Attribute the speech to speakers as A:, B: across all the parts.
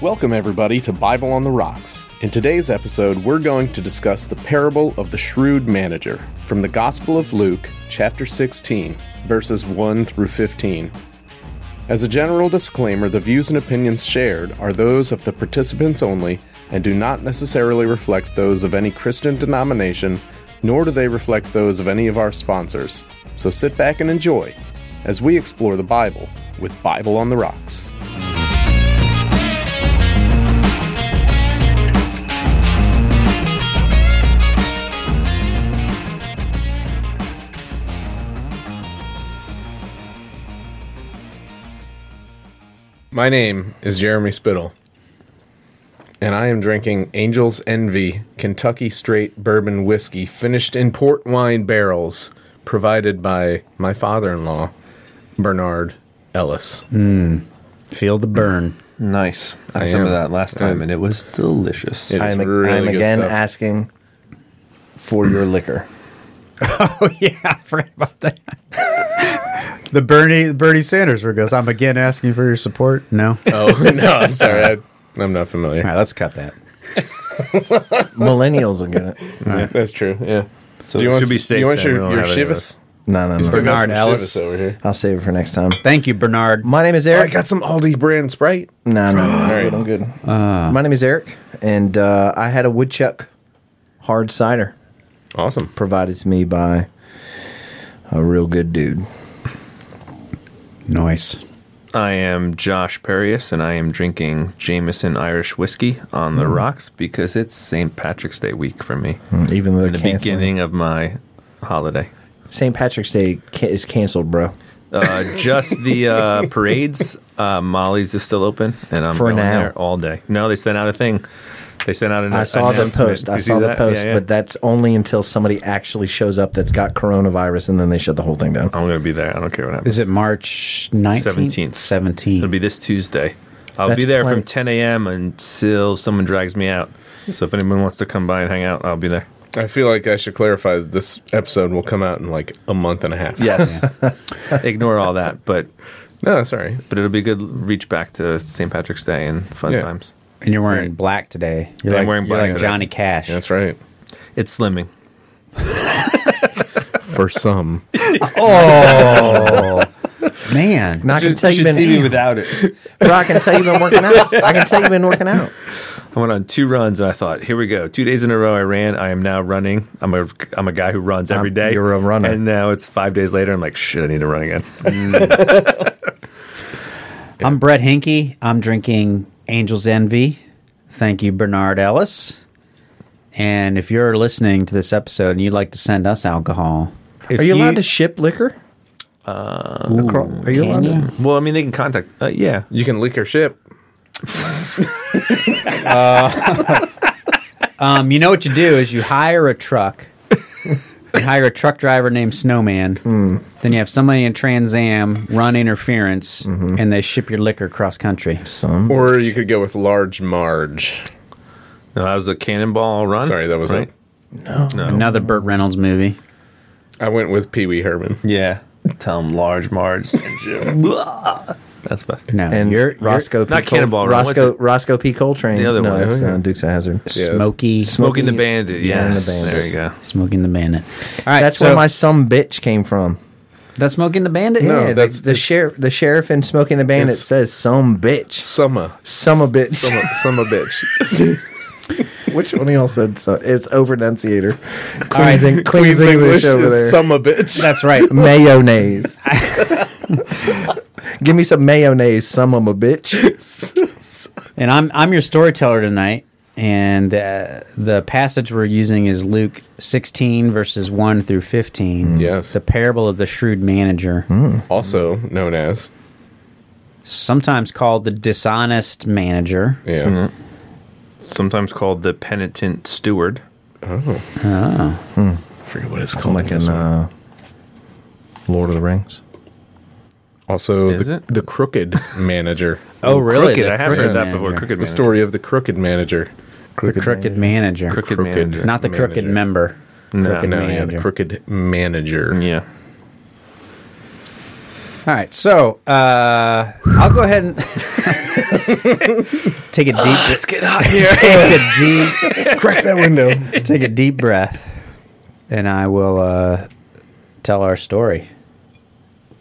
A: Welcome, everybody, to Bible on the Rocks. In today's episode, we're going to discuss the parable of the shrewd manager from the Gospel of Luke, chapter 16, verses 1 through 15. As a general disclaimer, the views and opinions shared are those of the participants only and do not necessarily reflect those of any Christian denomination, nor do they reflect those of any of our sponsors. So sit back and enjoy as we explore the Bible with Bible on the Rocks. My name is Jeremy Spittle, and I am drinking Angel's Envy Kentucky Straight Bourbon Whiskey finished in port wine barrels provided by my father in law, Bernard Ellis.
B: Feel the burn.
C: Nice. I had
A: I
C: some
A: am.
C: of that last time, and it was delicious.
A: It-
C: I,
A: It's
B: I'm,
A: really
B: I'm
A: good
B: again
A: stuff.
B: asking for your liquor.
D: Oh yeah, I forgot about that. the Bernie Bernie Sanders where it goes. I'm again asking for your support. No, all
A: Oh, no, I'm sorry. I, I'm not familiar.
D: right, let's cut that.
B: Millennials will get it.
A: That's true. Yeah.
C: so
A: do you
C: it
A: want,
C: should be
A: do
C: safe.
A: you want
C: then, we
A: your,
C: don't
A: your
C: have any of
A: Chivas?
B: No, no,
A: Still
B: no.
A: got some
D: Bernard Ellis.
A: Chivas over here.
B: I'll save it for next time.
D: Thank you, Bernard.
B: My name is
A: Oh, I
B: Eric.
A: got some Aldi brand Sprite.
B: No, no, no,
A: right.
B: good, I'm good. My name is Eric, and uh, I had a woodchuck hard cider
A: Awesome.
B: provided to me by a real good dude.
D: Noise.
C: it. I am Josh Perius, and I am drinking Jameson Irish whiskey on the rocks because it's St. Patrick's Day week for me.
B: Even though they're
C: The
B: canceling.
C: beginning of my holiday.
B: St. Patrick's Day ca- is canceled, bro.
C: Uh, just the uh, parades. Uh, Molly's is still open, and I'm
B: For
C: going
B: now.
C: there all day. No, they sent out a thing. They sent out an
B: I saw the
C: announcement.
B: post. I
C: You see
B: saw the
C: that?
B: post,
C: Yeah, yeah.
B: but that's only until somebody actually shows up that's got coronavirus, and then they shut the whole thing down.
C: I'm going to be there. I don't care what happens.
D: Is it March 19th?
C: 17th. It'll be this Tuesday. I'll
B: That's
C: be there
B: plenty.
C: from 10 a.m. until someone drags me out. So if anyone wants to come by and hang out, I'll be there.
A: I feel like I should clarify that this episode will come out in like a month and a half.
C: Yes. Ignore all that, but
A: No, sorry.
C: but it'll be a good reach back to St. Patrick's Day and fun
A: Yeah.
C: times.
D: And you're wearing black today. You're
C: I'm wearing black
D: like
C: today.
D: Johnny Cash.
A: That's right.
C: It's slimming.
A: For some.
D: Man,
B: Now, I can tell you've been
C: without it.
B: Bro, I can tell you've been working out. I can tell you've been working out.
C: I went on two runs and I thought, here we go. Two days in a row I ran. I am now running. I'm a I'm a guy who runs every
B: Um,
C: day.
B: you're a runner.
C: And now it's five days later. I'm like, shit, I need to run again.
D: I'm Brett Hinke. I'm drinking Angel's Envy. Thank you, Bernard Ellis. And if you're listening to this episode and you'd like to send us alcohol, if
B: Are you, allowed to ship liquor? Uh, Are you allowed to?
C: well, I mean, they can contact. Uh, yeah.
A: You can leak our ship.
D: Um, you know what you do is you hire a truck. you hire a truck driver named Snowman. Then you have somebody in Trans Am run interference, and they ship your liquor cross country.
B: Some.
A: Or you could go with large marge.
C: No, that was a cannonball run.
A: Sorry, that was
C: right?
A: it.
D: Another Burt Reynolds movie.
A: I went with Pee Wee Herman.
C: Yeah. Tell them large Marge and Jim. That's best.
D: No,
B: And
D: you're,
B: your
D: you're
B: Roscoe P.
C: Not
B: Cole-
C: Cannonball Run, what's
B: Roscoe
C: it?
B: Roscoe P. Coltrane.
C: The other
B: no,
C: one,
B: That's
A: yeah.
B: uh, Dukes of Hazard.
D: Smokey,
C: Smoking the Bandit.
B: Yeah, and the
C: Yes.
B: Bandit.
C: There you go.
D: smoking the bandit. All right,
B: That's
D: so
B: where my some bitch came from.
D: that's smoking the bandit.
A: No,
B: yeah,
A: that's-
B: the, the
A: it's-
B: sheriff. The sheriff in Smoking the Bandit
A: it's-
B: says some bitch.
A: Summa.
B: Some a bitch.
A: Summa, summa bitch.
B: Which one of y'all said so? It's over enunciator. Queen's,
D: right.
B: Eng- Queen's English, over there.
A: summa bitch.
D: That's right.
B: mayonnaise. Give me some mayonnaise, some of a bitch.
D: And I'm I'm your storyteller tonight, and uh, the passage we're using is Luke 16 verses 1 through 15.
A: Yes.
D: the parable of the shrewd manager,
A: Also known as.
D: sometimes called the dishonest manager.
A: Yeah.
C: Sometimes called the penitent steward.
A: I forget what it's
B: Call like in uh, Lord of the Rings.
A: Also
C: Is
A: the,
C: it?
A: the crooked manager.
D: Oh, really?
C: Crooked.
D: The
C: I have heard
D: crooked
C: that before.
D: manager.
C: Crooked.
A: The
C: manager.
A: story of the crooked manager.
D: the crooked manager,
C: Crooked,
A: Crooked.
C: manager.
D: not the crooked
A: manager.
D: member.
C: No.
D: crooked
A: No, yeah, the
D: manager.
A: crooked manager.
C: yeah.
D: All right, so uh, I'll go ahead and Take a deep,
C: Let's get out here.
D: take a deep,
B: Crack that window.
D: take a deep breath, and I will uh, tell our story.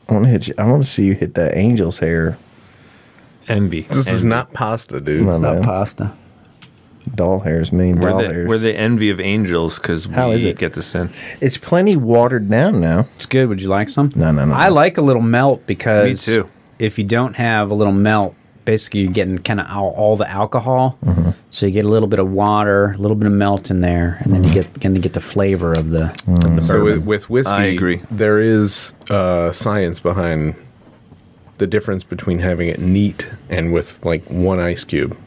B: I want to hit you. I want to see you hit that angel's hair
C: Envy.
A: This is not pasta, dude.
B: No, no.
D: pasta.
B: doll hairs. Mean
C: We're
B: doll
C: the,
B: hairs.
C: we're the envy of angels because we
B: How is it?
C: get this in.
B: it's plenty watered down now.
D: It's good. Would you like some?
B: No, no, no,
D: I
B: no.
D: like a little melt because
C: Me too.
D: if you don't have a little melt, basically you're getting kind of all, all the alcohol.
B: Mm-hmm.
D: So you get a little bit of water, a little bit of melt in there, and then you get gonna get the flavor of the, of
B: Mm.
D: the
A: So with,
D: bourbon.
A: with whiskey,
C: I agree.
A: There is uh, science behind the difference between having it neat and with like one ice cube.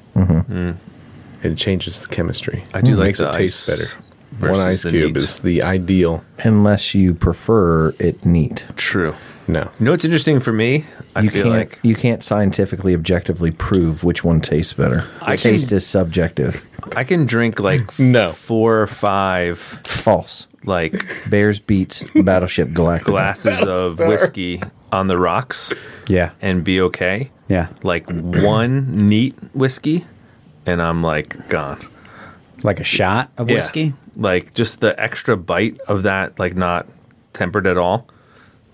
A: It changes the chemistry.
C: Mm-hmm. I do
A: it
C: like
A: makes
C: the
A: it taste
C: ice
A: better. One
C: versus
A: ice
C: the
A: cube
C: neat.
A: is the ideal.
B: Unless you prefer it neat.
C: True.
A: No,
C: You know what's interesting for me? I
B: you
C: feel
B: can't
C: like
B: you can't scientifically objectively prove which one tastes better.
C: I can-
B: Taste is subjective.
C: I can drink like
A: No.
C: four or five
B: False.
C: like
B: Bears beats Battleship Galactica.
C: glasses of whiskey on the rocks
D: yeah,
C: and be okay.
D: yeah,
C: Like one neat whiskey, and I'm like gone.
D: like a shot of
C: Yeah.
D: whiskey.
C: Like just the extra bite of that, like not tempered at all,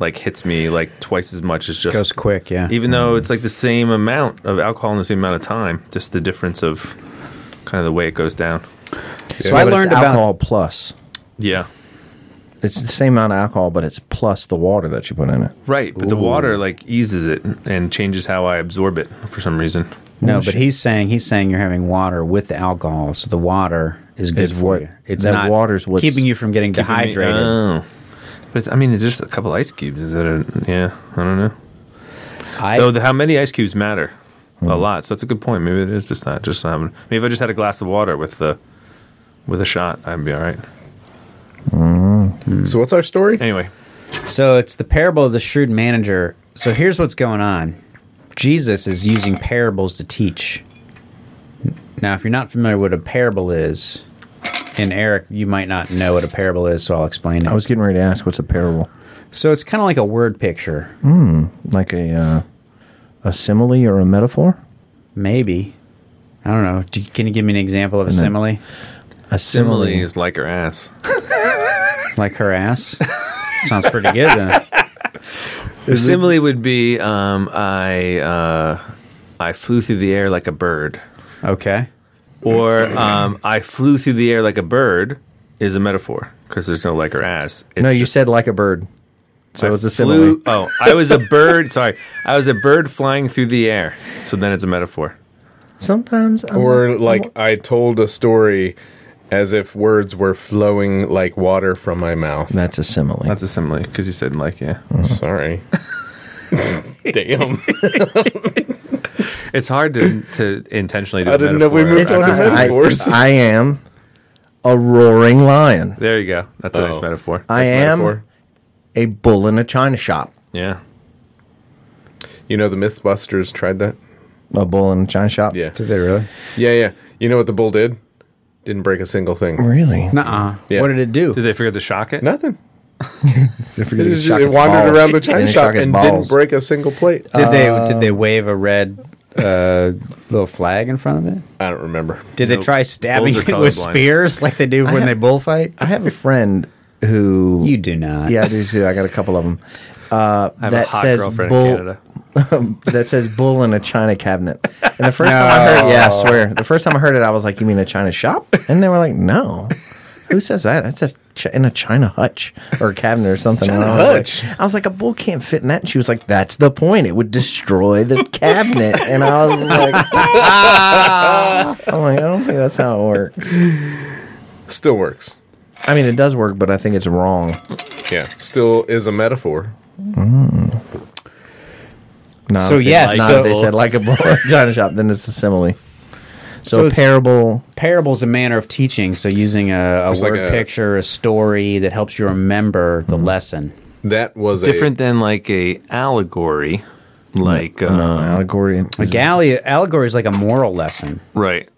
C: like hits me like twice as much as just
D: Goes quick, Mm. yeah.
C: Even though it's like the same amount of alcohol in the same amount of time, just the difference of kind of the way it goes down.
D: so
B: Yeah,
D: I
B: but it's
D: learned about
B: alcohol plus.
C: Yeah.
B: It's the same amount of alcohol, but it's plus the water that you put in it.
C: Right, but the water like eases it and changes how I absorb it for some reason.
D: no, but he's saying he's saying you're having water with the alcohol, so the water is good
B: Is
D: for
B: what-
D: you. It's
B: that
D: not
B: water's what's
D: keeping you from getting dehydrated.
C: Oh. But it's, I mean, it's just a couple ice cubes. Is that a yeah? I don't know.
D: I,
C: Though the, how many ice cubes matter a lot. So that's a good point. Maybe it is just not just not having. Maybe if I just had a glass of water with the with a shot, I'd be all right. Mm.
A: So what's our story?
C: Anyway,
D: So it's the parable of the shrewd manager. So here's what's going on Jesus is using parables to teach. Now, if you're not familiar with what a parable is, and Eric, you might not know what a parable is, so I'll explain it.
B: I was getting ready to ask what's a parable,
D: so it's kind of like a word picture,
B: like a uh, a simile or a metaphor.
D: maybe. I don't know. Do, can you give me an example of a simile?
B: A
C: Simile
B: simile.
C: is like her ass.
D: Like her ass? Sounds pretty good, then.
C: The simile would be um, I uh, I flew through the air like a bird,
D: Okay.
C: or um, I flew through the air like a bird is a metaphor because there's no like or ass. It's
B: No, you
C: just-
B: said like a bird, so
C: I
B: it's a simile.
C: flew- Oh, I was a bird. sorry, I was a bird flying through the air. So then it's a metaphor.
B: Sometimes, I'm
A: Or
B: not-
A: like I told a story as if words were flowing like water from my mouth.
B: that's a simile.
C: That's a simile because you said like yeah.
A: Sorry. Damn.
C: It's hard to, to intentionally do.
A: I didn't know we
C: metaphor.
A: moved
B: it's
A: on
B: not.
A: to
B: I,
A: metaphors.
B: I am a roaring lion.
C: There you go. That's a
A: Oh.
C: nice metaphor.
B: I
C: That's
B: am
C: metaphor.
B: a bull in a china shop.
C: Yeah.
A: You know the MythBusters tried that.
B: A bull in a china shop.
A: Yeah.
D: Did they really?
A: Yeah, yeah. You know what the bull did? Didn't break a single thing.
B: Really?
D: Nuh-uh.
A: Yeah.
D: What did it do?
C: Did they forget to shock it?
A: Nothing.
B: They
A: It,
B: forget to
A: was just-
B: shock
A: it
B: its
A: wandered
B: balls.
A: around the
B: Then
A: china
B: it
A: shop
B: shook its
A: and
B: balls.
A: didn't break a single plate.
D: Did they did they wave a red uh, little flag in front of it?
A: I don't remember.
D: Did they
C: Nope.
D: try stabbing
C: Bulls
D: it
C: are
D: with
C: colorblind.
D: spears like they do when they bullfight?
B: I have a friend who.
D: You do not.
B: Yeah, I do too. I got a couple of them. Uh,
C: I have
B: that
C: a hot
B: says
C: girlfriend
B: bull.
C: in Canada.
B: that says bull in a china cabinet. And the first time I heard, yeah, I swear, the first time I heard it, I was like, "You mean a china shop?" And they were like, "No, who says that? That's a ch- in a china hutch or cabinet or something." And I was
A: hutch.
B: Like, I was like, "A bull can't fit in that." And she was like, "That's the point. It would destroy the cabinet." And I was like, "I'm like, I don't think that's how it works.
A: Still works.
B: I mean, it does work, but I think it's wrong."
A: Yeah. Still is a metaphor.
B: No,
D: So,
B: if they-
D: yeah,
B: not
D: so-
B: if they said like a bull in a china shop, then it's a simile.
D: So
B: So, a
D: it's-
B: parable.
D: Parables a manner of teaching, so using a, a
A: It's like
D: word
A: a-
D: picture, a story that helps you remember the
C: Mm-hmm.
D: lesson.
A: That was
C: Different than like a allegory, like
D: um,
B: Uh,
C: uh,
B: allegory.
D: A
B: is-
D: galley allegory is like a moral lesson.
C: right,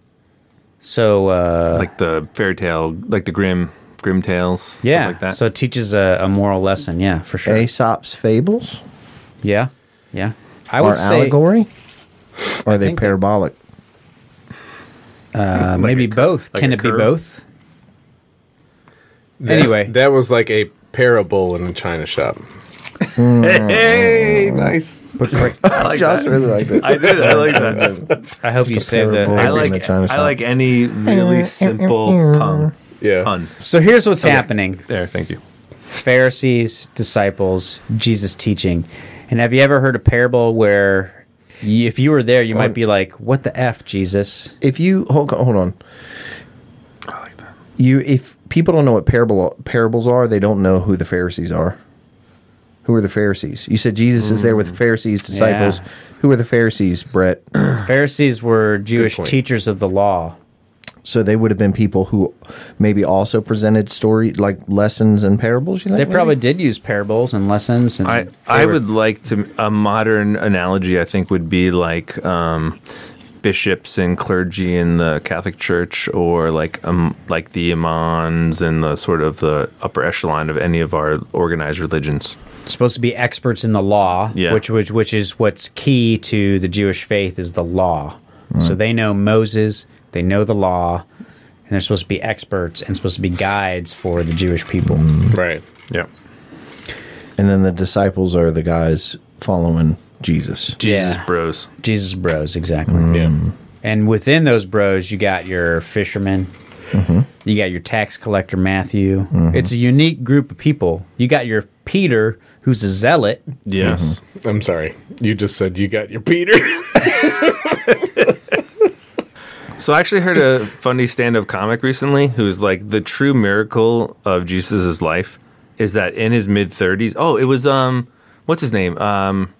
D: So uh,
C: like the fairy tale, like the grim grim tales, stuff
D: yeah,
C: like that.
D: so it teaches a, a moral lesson. Yeah, for sure.
B: Aesop's fables
D: Yeah, yeah. I
B: or
D: would say
B: allegory? Or are they
D: think-
B: parabolic?
D: Uh, maybe both.
C: like
D: Can
C: a
D: it be
C: curve?
D: both? Anyway.
A: that, was like a parable in a china shop. hey, nice.
C: I like
B: Josh
C: that.
B: really liked it.
C: I did. I like that.
D: I hope you saved
B: terrible-
D: that.
C: I
B: in
C: like.
B: the China
C: I
B: shop.
C: like any really simple pun.
A: Yeah.
C: Pun.
D: So here's what's happening:
C: There. Thank you.
D: Pharisees, disciples, Jesus teaching. And have you ever heard a parable where, y- if you were there, you might be like, "What the f, Jesus?"
B: If you hold on, hold on,
C: I like that.
B: you if people don't know what parable parables are, they don't know who the Pharisees are. Who are the Pharisees? You said Jesus is there with the Pharisees, disciples.
D: Mm. Yeah.
B: Who are the Pharisees, Brett?
D: Pharisees were Jewish
A: point.
D: teachers of the law.
B: So they would have been people who maybe also presented story like lessons and parables. You think
D: They
B: maybe?
D: probably did use parables and lessons. And
C: I, I would like to a modern analogy I think would be like um, bishops and clergy in the Catholic Church or like um like the imams and the sort of the upper echelon of any of our organized religions.
D: supposed to be experts in the law,
C: Yeah.
D: which which which is what's key to the Jewish faith is the law. So they know Moses, they know the law, and they're supposed to be experts and supposed to be guides for the Jewish people.
C: Mm.
A: Right.
C: Yeah.
B: And then the disciples are the guys following Jesus.
C: Jesus
D: Yeah.
C: bros.
D: Jesus bros, exactly.
A: Yeah.
D: And within those bros, you got your fishermen, you got your tax collector Matthew. It's a unique group of people. You got your Peter, who's a zealot.
C: Yes.
A: I'm sorry. You just said you got your Peter.
C: So I actually heard a funny stand-up comic recently who's like the true miracle of Jesus' life is that in his mid 30s. Oh, it was um what's his name? Um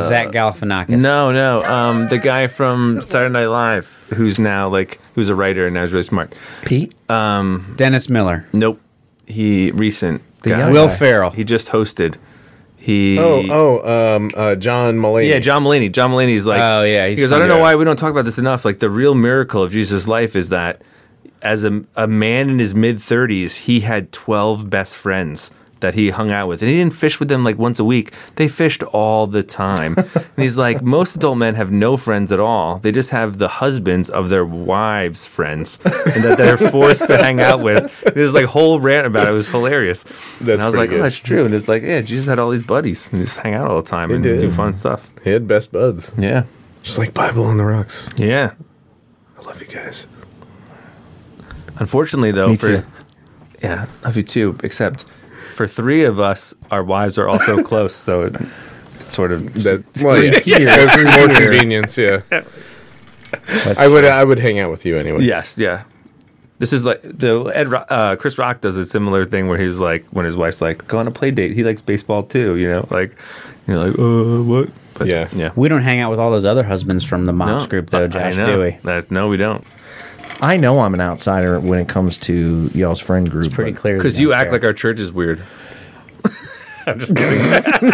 D: Zach Galifianakis.
C: No, no. Um, the guy from Saturday Night Live, who's now like, who's a writer and now is really smart.
B: Pete, uh,
D: Dennis Miller.
C: Nope, he recent.
B: The
C: guy.
B: young
D: Will
B: guy.
D: Farrell.
C: He just hosted. He.
A: oh, oh, um, uh, John Mulaney.
C: Yeah, John Mulaney. John Mulaney's like,
D: Oh, yeah, he's
C: he goes, I
D: funny.
C: don't know why we don't talk about this enough. Like the real miracle of Jesus' life is that as a, a man in his mid 30s, he had 12 best friends that he hung out with, and he didn't fish with them like once a week. They fished all the time, and he's like, most adult men have no friends at all. They just have the husbands of their wives' friends, and that they're forced to hang out with. There's like whole rant about it. It was hilarious. and
A: That's
C: I was
A: pretty
C: like, oh,
A: good.
C: that's true. And it's like, yeah, Jesus had all these buddies and just hang out all the time and
A: did.
C: do fun stuff.
A: He had best buds.
C: Yeah.
A: Just like Bible on the rocks.
C: Yeah.
A: I love you guys.
C: Unfortunately, though,
D: Me
C: for
D: too.
C: yeah, love you too. Except for three of us, our wives are also close, so it, it's sort of
A: That well, yeah. That's more convenience. Yeah. I would I would hang out with you anyway.
C: yes, yeah. This is like the Ed Ro- uh, Chris Rock does a similar thing where he's like, when his wife's like, "Go on a play date." He likes baseball too, you know. Like, you're like, "Uh, what?" But,
A: Yeah.
C: yeah.
D: We don't hang out with all those other husbands from the moms
C: No,
D: group,
C: I-
D: though,
C: I
D: Josh,
C: know.
D: do we?
C: That- no, we don't.
B: I know I'm an outsider when it comes to y'all's friend group.
D: Pretty
B: but-
D: clear.
C: Because you act like our church is weird. I'm just kidding.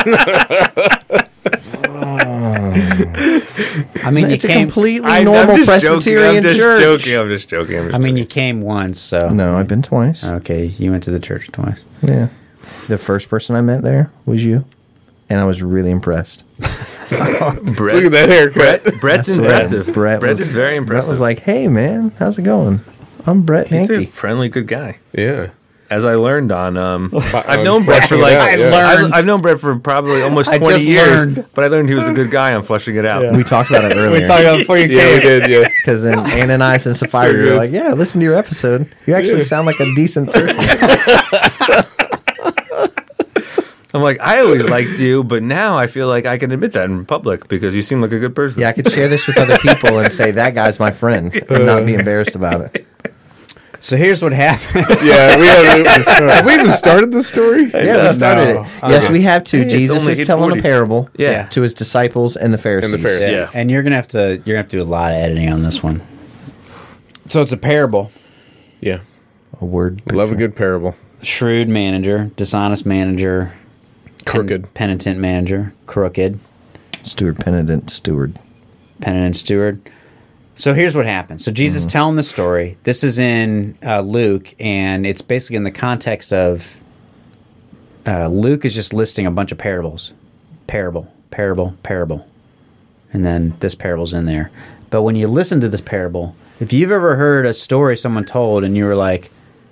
D: I mean, you
B: It's a
D: came.
B: completely
C: I- I'm
B: normal
C: just joking,
B: Presbyterian
C: I'm just
B: church.
C: joking. I'm just joking. I'm just
D: I mean, you came once, so
B: No, I've been twice.
D: okay. You went to the church twice.
B: Yeah. The first person I met there was you, and I was really impressed.
C: Brett's,
A: Look at that haircut.
C: Brett, Brett's impressive. Brett, is very impressive.
B: Brett was like, "Hey, man, how's it going? I'm Brett
C: he's a
B: Hankey."
C: friendly, good guy.
A: Yeah.
C: As I learned on, um, I've
A: on
C: known Brett for
A: Flushing It
C: like,
A: Out, I yeah.
D: learned.
C: I've, I've known Brett for probably almost
D: I
C: twenty
D: just
C: years,
D: learned.
C: but I learned he was a good guy on flushing it out.
B: We talked about it earlier
D: about before you
A: Yeah, we did. Yeah.
B: because then Ananias and Sapphira
A: So
B: were
A: good.
B: like, "Yeah, listen to your episode. You actually sound like a decent person."
C: I'm like, I always liked you, but now I feel like I can admit that in public because you seem like a good person.
B: yeah, I could share this with other people and say that guy's my friend and not
C: Uh,
B: be embarrassed about it.
D: So here's what happened.
A: Yeah. We haven't even started. Have we even started this story?
B: Yeah, we started
D: No.
B: it. Yes, we have to. Jesus
C: only
B: is telling
C: 8:40.
B: a parable
C: Yeah.
B: to his disciples and the Pharisees.
A: Pharisees.
C: Yeah.
D: And you're gonna have to you're gonna have to do a lot of editing on this one. So it's a parable.
A: Yeah.
B: A word.
A: Love a good parable.
D: Shrewd manager, dishonest manager, pen-
A: Crooked.
D: penitent manager, crooked,
B: Steward, penitent steward.
D: penitent steward. So here's what happens. So
A: Mm-hmm.
D: Jesus telling the story. This is in uh, Luke, and it's basically in the context of uh, Luke is just listing a bunch of parables, parable, parable, parable, and then this parable's in there. But when you listen to this parable, if you've ever heard a story someone told and you were like,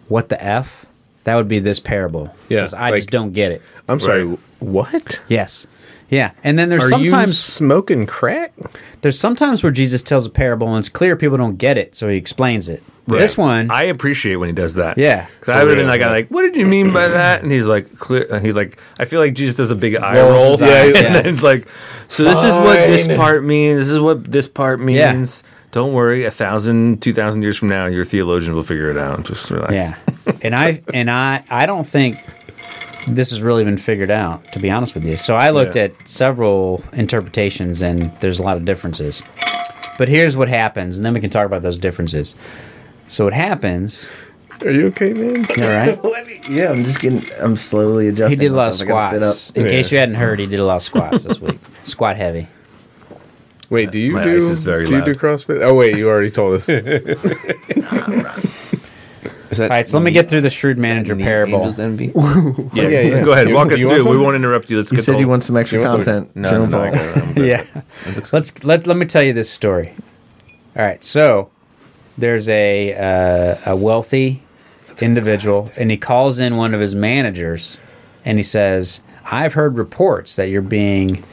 D: "What the f?" That would be this parable.
A: Yeah,
D: 'Cause I
A: like-
D: just don't get it.
A: I'm sorry.
C: Right.
A: What?
D: Yes. Yeah, and then there's
A: Are you
D: sometimes
A: smoking crack?
D: there's sometimes where Jesus tells a parable and it's clear people don't get it, so he explains it. This one,
C: I appreciate when he does that.
D: Yeah.
C: because I would have been
A: real,
C: like,
A: yeah.
C: I like, what did you mean by that? And he's like, clear. And he like, I feel like Jesus does a big eye
D: Rolls
C: roll.
D: his eyes,
C: and
D: yeah.
C: then it's like, so this is what this
A: Fine.
C: part means. This is what this part
D: Yeah.
C: means. Don't worry, a thousand, two thousand years from now, your theologian will figure it out. Just relax.
D: yeah, and I and I I don't think this has really been figured out, to be honest with you. So I looked
C: Yeah.
D: at several interpretations, and there's a lot of differences. But here's what happens, and then we can talk about those differences. So what happens?
A: Are you okay, man?
D: You all right?
E: Yeah, I'm just getting. I'm slowly adjusting.
D: He did a lot of
E: myself. I gotta
D: squats.
E: sit
D: In
A: Yeah.
D: case you hadn't heard, he did a lot of squats this week. Squat heavy.
A: Wait, do you
C: My
A: do?
C: ice is very
A: do you
C: loud.
A: do CrossFit? Oh wait, you already told us.
E: up. Is that
D: All right, so let me get through the shrewd manager
E: the
D: parable.
E: Angel's envy?
C: yeah,
A: yeah, yeah.
C: Go ahead,
A: You-
C: walk us
A: you want
C: through. We
A: some?
C: won't interrupt you. Let's
E: You
C: get
E: said
C: the
E: you want some extra
A: You want some-
E: content.
C: No, no, no,
E: General
C: I
E: Paul.
C: got it. I'm good.
D: yeah. Let's let let me tell you this story. All right, so there's a uh, a wealthy individual, and he calls in one of his managers, and he says, "I've heard reports that you're being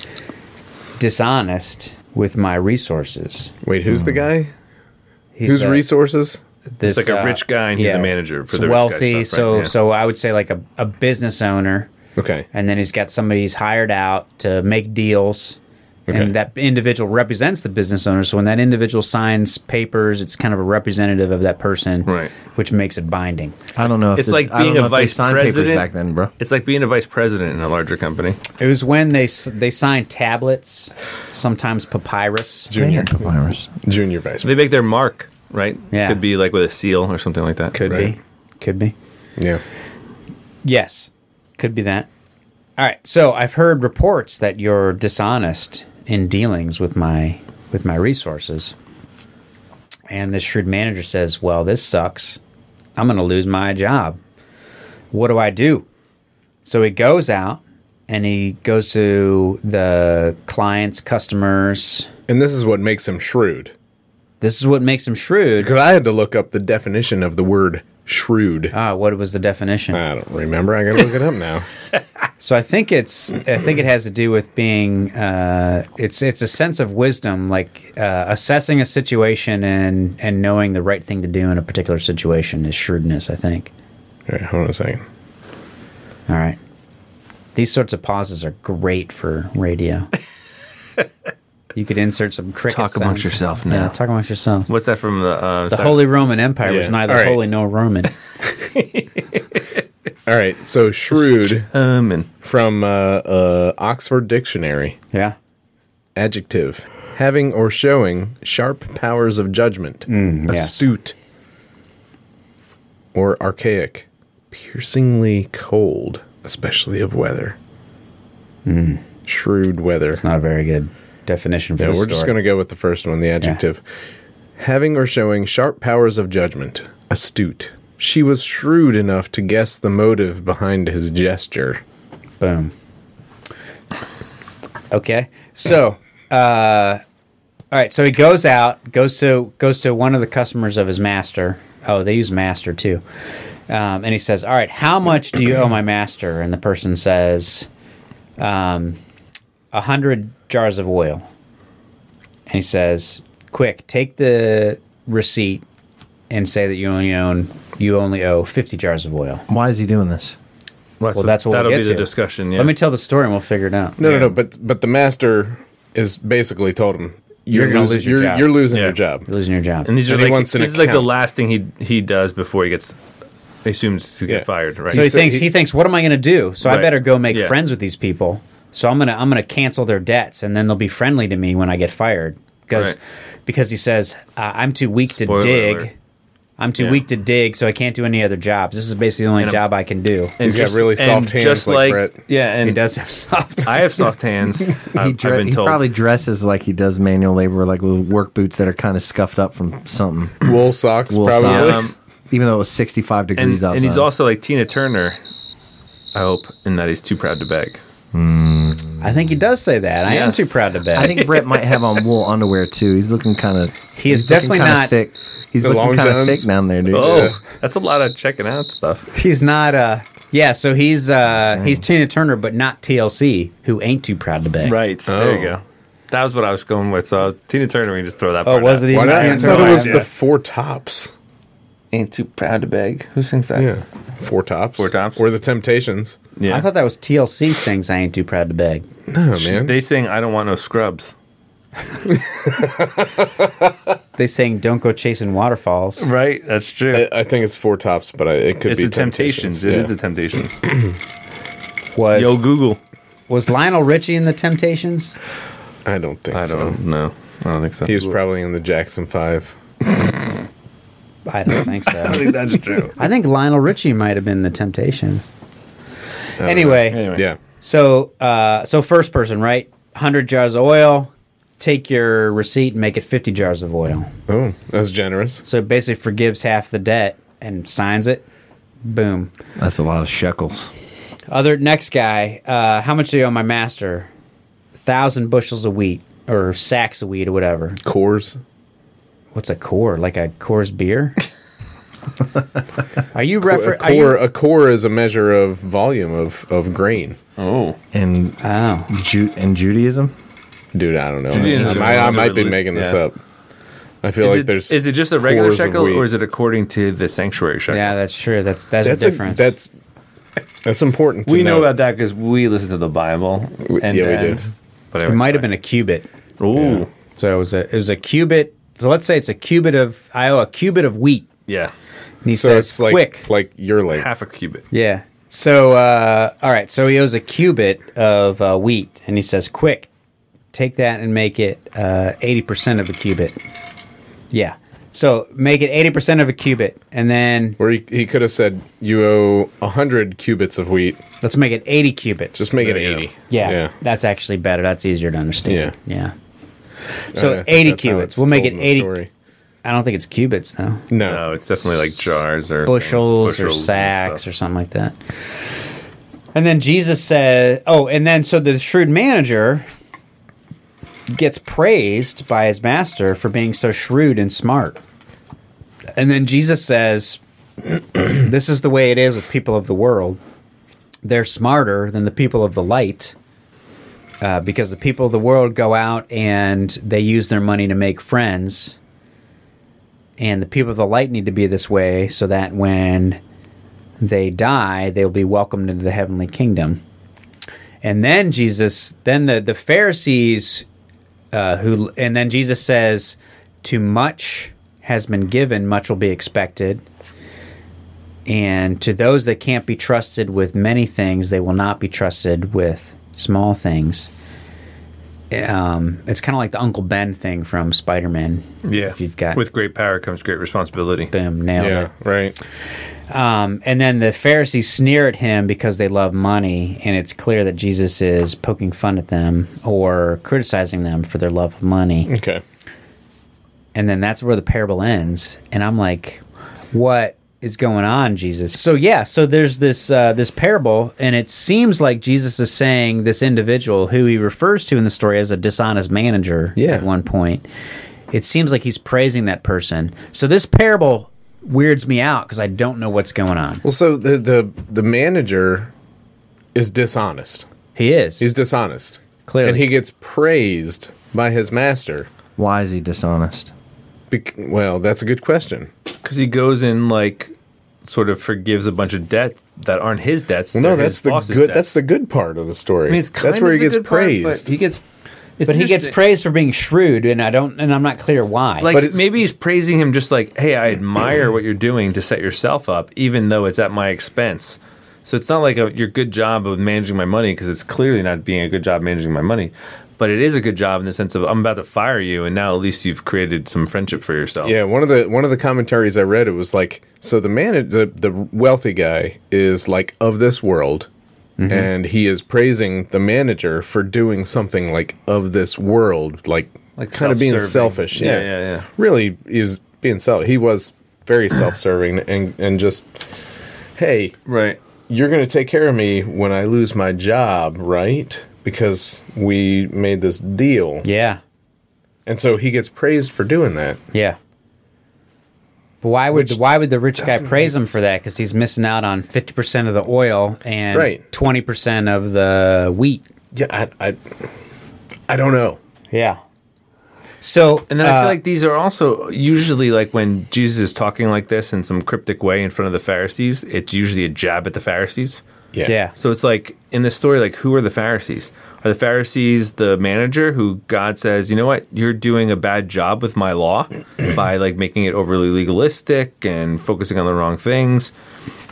D: dishonest with my resources."
A: Wait, who's
C: Mm.
A: the guy?
D: He's
A: Who's
D: a-
A: resources?
D: This,
C: It's like a rich guy, and he's the manager for
D: It's
C: the rich guy
D: wealthy,
C: stuff, right?
D: so
C: Yeah.
D: so I would say like a, a business owner.
A: Okay.
D: and then he's got somebody he's hired out to make deals
A: Okay.
D: and that individual represents the business owner so when that individual signs papers it's kind of a representative of that person
C: Right.
D: which makes it binding
E: I don't know. If
C: It's
E: the-
C: like
E: I don't
C: being a
E: know if they
C: vice
E: signed
C: president
E: papers back then, bro.
C: It's like being a vice president in a larger company.
D: it was when they s- they signed tablets sometimes papyrus
A: Junior,
E: Papyrus.
A: junior vice.
C: They make their mark, right?
D: Yeah.
C: Could be like with a seal or something like that.
D: could
C: right?
D: be could be
A: Yeah.
D: yes could be that all right so i've heard reports that you're dishonest in dealings with my with my resources and this shrewd manager says well this sucks I'm going to lose my job. What do I do? So he goes out and he goes to the clients, customers.
A: And this is what makes him shrewd.
D: This is what makes him shrewd.
A: Because I had to look up the definition of the word shrewd.
D: Ah, what was the definition?
A: I don't remember. I gotta look it up now.
D: So I think it's I think it has to do with being uh, it's it's a sense of wisdom, like uh, assessing a situation and and knowing the right thing to do in a particular situation is shrewdness. I think.
A: All right, hold on a second.
D: All right. These sorts of pauses are great for radio. you could insert some cricket
C: Talk amongst
D: sounds.
C: yourself
D: Yeah,
C: now.
D: talk amongst yourself.
C: What's that from the? Uh,
D: The Holy Roman Empire was
A: Yeah.
D: neither
A: All right.
D: holy nor Roman.
A: All right, so shrewd
C: um, and
A: from uh, uh, Oxford Dictionary.
D: yeah.
A: Adjective. Having or showing sharp powers of judgment.
D: yes.
A: astute. Or archaic. Piercingly cold, especially of weather. Shrewd weather.
D: It's not a very good definition for
A: Yeah,
D: this
A: we're just
D: story.
A: going to go with the first one, the adjective. Having or showing sharp powers of judgment, astute. She was shrewd enough to guess the motive behind his gesture.
D: Boom. Okay. So, uh, all right. So he goes out, goes to goes to one of the customers of his master. Oh, they use master too. Um, and he says, "All right, how much do you owe my master?" And the person says, um, "A hundred jars of oil." And he says, "Quick, take the receipt and say that you only own you only owe fifty jars of oil."
E: Why is he doing this?
D: Well, that's what
C: that'll
D: we'll get
C: be the
D: to.
C: discussion. Yeah.
D: Let me tell the story and we'll figure it out.
A: No,
C: Yeah.
A: no, no. But but the master is basically told him
D: You're gonna
A: losing-
D: lose your
A: you're,
D: job."
A: You're losing
C: Yeah.
A: your job.
D: You're losing your job.
C: and these are
A: and he
C: like
A: wants
C: this
A: an
C: is like the
A: account.
C: last thing he he does before he ggets he assumes to get
A: Yeah.
C: fired. Right.
D: So he
A: So
D: thinks
A: he-
D: he, thinks, what am I going to do? So I
C: Right.
D: better go make
C: Yeah.
D: friends with these people. So I'm gonna I'm gonna cancel their debts, and then they'll be friendly to me when I get fired because
C: Right.
D: because he says uh, I'm too weak
C: Spoiler
D: to dig.
C: alert.
D: I'm too
C: Yeah.
D: weak to dig, so I can't do any other jobs. This is basically the only
C: And I'm-
D: job I can do.
C: And
A: He's got really soft
C: and
A: hands like Brett.
C: Yeah, and
D: he does have soft.
C: I have soft hands.
E: He,
C: I've,
E: dre-
C: I've been
E: he
C: told.
E: probably dresses like he does manual labor, like with work boots that are kind of scuffed up from something.
A: Wool socks,
E: Wool
A: probably.
E: socks. Even though it was 65
C: and,
E: degrees
C: and
E: outside.
C: he's also like Tina Turner. I hope in that he's too proud to beg.
D: I think he does say that. I am
C: Yes.
D: too proud to bet.
E: I think Brett might have on wool underwear too. He's looking kind of.
D: He is definitely not-
E: thick. He's
A: The long
E: looking kind of
A: johns?
E: thick down there, dude.
C: Oh, that's a lot of checking out stuff.
D: he's not. Uh, yeah, so he's uh, he's Tina Turner, but not TLC, who ain't too proud to bet.
C: Right. There you go. That was what I was going with. So Tina Turner, we can just throw that.
D: Oh,
C: part
D: was
C: out.
D: it
A: Why
D: even
A: not? I
D: Tina
A: thought it
D: Turner?
A: was
D: Yeah.
A: the Four Tops.
C: Ain't too proud to beg. Who sings that?
A: Yeah, Four Tops.
C: Four Tops.
A: Or the Temptations.
C: Yeah.
D: I thought that was TLC sings I ain't too proud to beg.
A: No man.
C: They sing "I Don't Want No Scrubs."
D: They sang Don't Go Chasing Waterfalls.
C: Right. That's true.
A: I, I think it's Four Tops, but I, it could
C: it's
A: be
C: the Temptations. It is the Temptations.
D: Was
C: Yo, Google.
D: was Lionel Richie in the Temptations?
A: the. I don't think
C: I
A: so.
C: don't know. I don't think so.
A: He was probably in the Jackson Five.
D: I don't think so.
C: think that's true.
D: I think Lionel Richie might have been the Temptations. Anyway,
C: Anyway.
A: Yeah.
D: so uh, so first person, right? Hundred jars of oil. Take your receipt and make it fifty jars of oil.
A: Oh, that's generous.
D: So it basically forgives half the debt and signs it. Boom.
E: That's a lot of shekels.
D: Other next guy, uh, how much do you owe my master? Thousand bushels of wheat or sacks of wheat or whatever.
A: Coors.
D: What's a core? Like a Coors beer? are you
A: A
D: refer? Are
A: core.
D: you,
A: A core is a measure of volume of of grain.
C: Oh.
E: And uh,
D: oh,
E: Ju- and Judaism.
A: Dude, I don't know.
C: Judean
A: I, I
C: is a
A: might be
C: relig-
A: making this
C: yeah.
A: up. I feel
C: Is,
A: like
C: it,
A: there's.
C: is it just a regular
A: cores of
C: shekel,
A: wheat.
C: or is it according to the sanctuary shekel?
D: yeah, that's true. That's that's,
A: that's
D: a
A: a,
D: difference.
A: that's that's important. To
C: we know
A: note.
C: about that because we listen to the Bible.
A: yeah, we did.
C: But
D: it might have been a cubit.
C: been. Ooh.
D: So it was a it was a cubit. So let's say it's a cubit of I owe a cubit of wheat.
C: Yeah.
D: And he
A: So
D: says
A: it's like
D: quick.
A: like your length.
C: Half a cubit.
D: Yeah. So, uh, all right. So he owes a cubit of uh, wheat, and he says, "Quick, take that and make it uh, eighty percent of a cubit." Yeah. So make it eighty percent of a cubit, and then
A: Or he, he could have said you owe hundred cubits of wheat.
D: let's make it eighty cubits.
A: Just make it
C: There you go.
A: eighty.
D: yeah,
A: Yeah. Uh,
D: that's actually better. That's easier to understand. Yeah. So
A: I think
D: eighty
A: that's how
D: cubits.
A: it's
D: We'll make
A: told
D: it
A: in the
D: eighty.
A: story.
D: I don't think it's cubits though.
A: No.
C: No, it's definitely like jars or
D: bushels, or
C: bushels and
D: sacks
C: stuff.
D: or something like that. And then Jesus said, "Oh, and then so the shrewd manager gets praised by his master for being so shrewd and smart." And then Jesus says, "This is the way it is with people of the world. They're smarter than the people of the light." Uh, because the people of the world go out and they use their money to make friends, and the people of the light need to be this way so that when they die they'll be welcomed into the heavenly kingdom and then jesus then the, the pharisees uh, who and then jesus says too much has been given much will be expected and to those that can't be trusted with many things they will not be trusted with small things um, it's kind of like the uncle ben thing from spider-man
C: Yeah.
D: if you've got
C: With great power comes great responsibility.
D: boom, nailed
A: Yeah.
D: it.
A: Right.
D: Um, and then the Pharisees sneer at him because they love money, and it's clear that Jesus is poking fun at them or criticizing them for their love of money.
A: Okay.
D: And then that's where the parable ends. And I'm like, what is going on, Jesus? So yeah, so there's this uh, this parable, and it seems like Jesus is saying this individual who he refers to in the story as a dishonest manager
A: Yeah.
D: at one point. It seems like he's praising that person. So this parable weirds me out because I don't know what's going on.
A: Well, so the the the manager is dishonest.
D: He is.
A: He's dishonest.
D: Clearly.
A: And he gets praised by his master.
E: Why is he dishonest?
A: Bec- well, that's a good question.
C: Because he goes in like sort of forgives a bunch of debt that aren't his debts.
A: Well, no,
C: they're
A: that's
C: his
A: the
C: boss's
A: good.
C: debts.
A: That's the good part of the story.
C: I mean, it's kind
A: that's where
C: of
A: he
C: the
A: gets
C: good part,
A: praised.
C: but he gets.
D: but he gets praised for being shrewd, and I don't, and I'm not clear why.
C: Like
A: But it's-
C: maybe he's praising him just like, hey, I admire what you're doing to set yourself up, even though it's at my expense. So it's not like a, your good job of managing my money because it's clearly not being a good job managing my money. But it is a good job in the sense of I'm about to fire you, and now at least you've created some friendship for yourself.
A: Yeah, one of the one of the commentaries I read it was like so the man the the wealthy guy is like of this world
C: Mm-hmm.
A: and he is praising the manager for doing something like of this world like,
C: Like
A: kind of being
C: self-serving.
A: selfish.
C: Yeah,
A: Yeah.
C: yeah, yeah.
A: Really he was being self he was very self-serving and and just hey,
C: Right.
A: you're going to take care of me when I lose my job, right? because we made this deal.
D: Yeah.
A: And so he gets praised for doing that.
D: Yeah. But why would
A: Which
D: why would the rich guy
A: doesn't
D: praise
A: make
D: him for that? Because he's missing out on fifty percent of the oil and
A: Right.
D: twenty percent of the wheat.
A: Yeah, I, I, I don't know.
D: Yeah. So
C: And then I
D: uh,
C: feel like these are also usually like when Jesus is talking like this in some cryptic way in front of the Pharisees, it's usually a jab at the Pharisees.
A: Yeah.
D: yeah.
C: So it's like in this story, like who are the Pharisees? Are the Pharisees the manager who God says, you know what, you're doing a bad job with my law by like making it overly legalistic and focusing on the wrong things?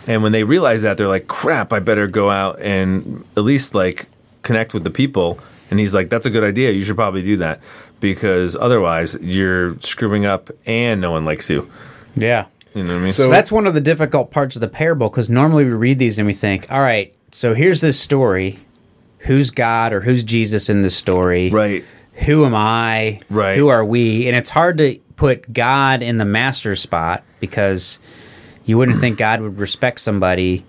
C: And when they realize that, they're like, crap, I better go out and at least like connect with the people. And he's like, that's a good idea. You should probably do that because otherwise you're screwing up and no one likes you.
D: Yeah.
C: You know what I mean?
A: So-
D: So that's one of the difficult parts of the parable because normally we read these and we think, all right, so here's this story. Who's God or who's Jesus in this story?
C: right.
D: Who am I?
C: Right.
D: Who are we? And it's hard to put God in the master spot because you wouldn't think God would respect somebody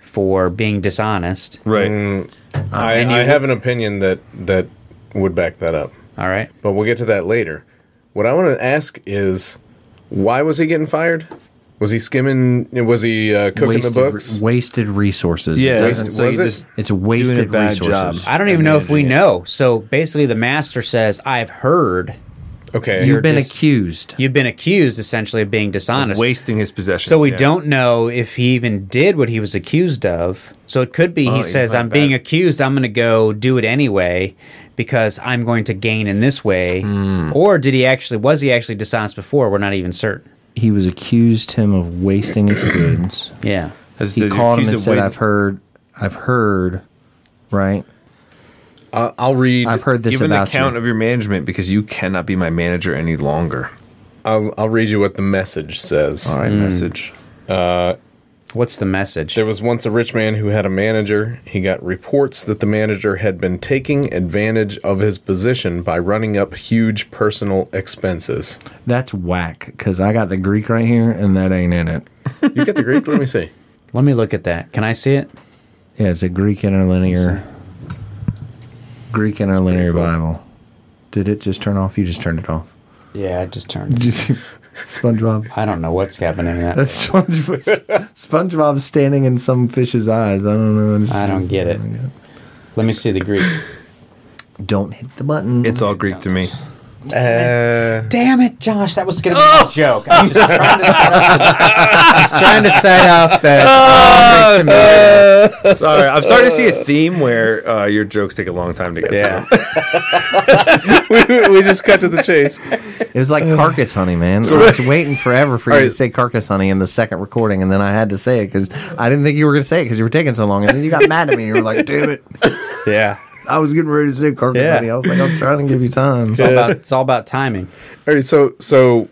D: for being dishonest.
C: Right.
A: Mm. I, I have an opinion that that would back that up,
D: All right.
A: but we'll get to that later. What I want to ask is, why was he getting fired? Was he skimming? Was he uh, cooking
B: wasted,
A: the books?
B: wasted resources.
C: Yeah.
B: It
A: Waste-
B: doesn't-
C: it's like
A: was
C: you
A: it?
C: just-
B: it's wasted
C: doing a bad
B: resources.
C: job.
D: I don't even know if we
B: managing it.
D: know. So basically, the master says, I've heard
A: okay,
B: You've been
D: just-
B: accused.
D: you've been accused essentially of being dishonest.
C: wasting his possessions.
D: So we
C: yeah.
D: don't know if he even did what he was accused of. So it could be
C: Oh,
D: he
C: yeah,
D: says,
C: not
D: I'm being
C: bad.
D: accused. I'm going to go do it anyway because I'm going to gain in this way. Or did he actually, was he actually dishonest before? We're not even certain.
B: He was accused him of wasting his goods.
D: Yeah.
C: As
B: he
C: the
B: called him
C: accused
B: and
C: of
B: said,
C: waiting-
B: "I've heard, I've heard, right?
A: I- I'll read.
B: I've heard this
C: Give an
B: about
C: account
B: you."
C: of your management because you cannot be my manager any longer.
A: I'll, I'll read you what the message says.
C: All right, message.
D: What's the message?
A: There was once a rich man who had a manager. He got reports that the manager had been taking advantage of his position by running up huge personal expenses.
B: That's whack. Because I got the Greek right here, and that ain't in it.
A: You get the Greek? Let me see.
D: Let me look at that. Can I see it?
B: Yeah, it's a Greek interlinear, Greek interlinear
A: cool.
B: Bible. Did it just turn off? You just turned it off.
D: Yeah, I just turned.
B: Did you see SpongeBob?
D: I don't know what's happening. That.
B: That's SpongeBob. SpongeBob standing in some fish's eyes. I don't know. It's-
D: I don't get it. Let me see the Greek.
B: Don't hit the button.
C: It's all Greek to me.
A: Uh,
D: Damn it, Josh. That was going to be a joke. I was just trying to set up the- I was trying to set up that.
C: Sorry, I'm starting to see a theme where uh, your jokes take a long time to get.
D: Yeah.
A: we just cut to the chase.
B: It was like carcass honey, man. I was waiting forever for you to say carcass honey in the second recording, and then I had to say it because I didn't think you were going to say it because you were taking so long, and then you got mad at me. You were like, "Damn it!"
D: yeah.
B: I was getting ready to say carcass
D: Yeah.
B: honey. I was like, "I was trying to give you time."
D: It's all about, it's all about timing.
A: All right, so so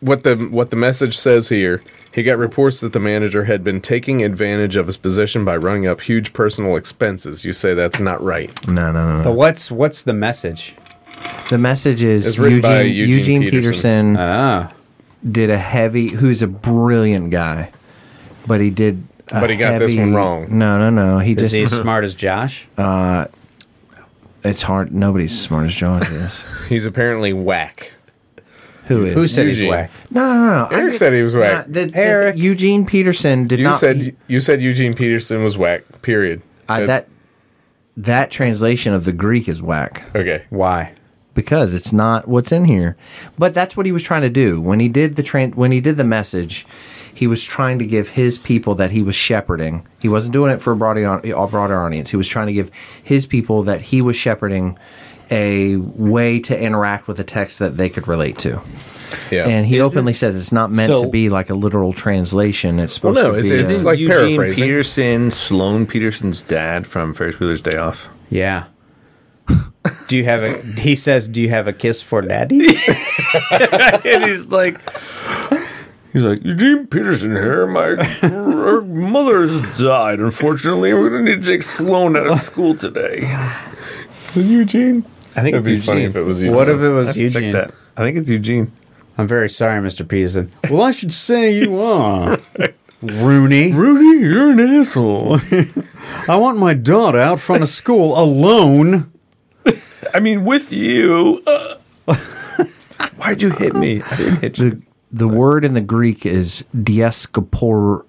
A: what the what the message says here, he got reports that the manager had been taking advantage of his position by running up huge personal expenses. You say that's not right.
B: No, no, no.
D: But
B: no.
D: what's what's the message?
B: The message is
A: It's written
B: Eugene,
A: by
B: Eugene,
A: Eugene
B: Peterson,
A: Peterson. Uh.
D: Ah,
B: did a heavy. Who's a brilliant guy, but he did. a
A: But he got this
B: heavy-
A: one wrong.
B: No, no, no. He
D: is
B: just
D: he as smart as Josh?
B: It's hard. Nobody's as smart as John is.
A: He's apparently whack.
B: Who is?
D: Who said he's
A: Eugene.
D: whack?
B: No, no, no. no.
A: Eric said he was whack.
B: No, the- the-
D: Eric.
B: Eugene Peterson did
A: You
B: not.
A: said
B: he-
A: you said Eugene Peterson was whack. Period.
B: I, that that translation of the Greek is whack
A: okay.
D: Why?
B: because it's not what's in here. But that's what he was trying to do when he did the tran when he did the message. He was trying to give his people that he was shepherding. He wasn't doing it for a broader, a broader audience. He was trying to give his people that he was shepherding a way to interact with a text that they could relate to.
A: Yeah.
B: And he
C: Isn't-
B: openly says it's not meant
D: So-
B: to be like a literal translation. It's supposed
A: no,
B: to be.
A: it's-
B: a-
A: it's like
C: uh, Eugene
A: paraphrasing.
C: Peterson, Sloan Peterson's dad from Ferris Bueller's Day Off.
D: Yeah. Do you have a? He says, "Do you have a kiss for daddy?"
C: and he's like, he's like Eugene Peterson here. My her mother's died. Unfortunately, we're gonna need to take Sloan out of school today.
A: Eugene.
C: I think
A: It'd
C: it's
A: be funny
C: Eugene.
A: if it was Eugene.
D: What if it was
C: Let's check
D: Eugene?
C: that. I think it's Eugene.
D: I'm very sorry, Mr. Peterson. Well, I should say you are. Rooney.
C: Rudy, you're an asshole.
D: I want my daughter out front of school alone.
C: I mean, with you. Uh, why'd you hit me? I didn't hit you.
B: The, the word in the Greek is diaskoporizo.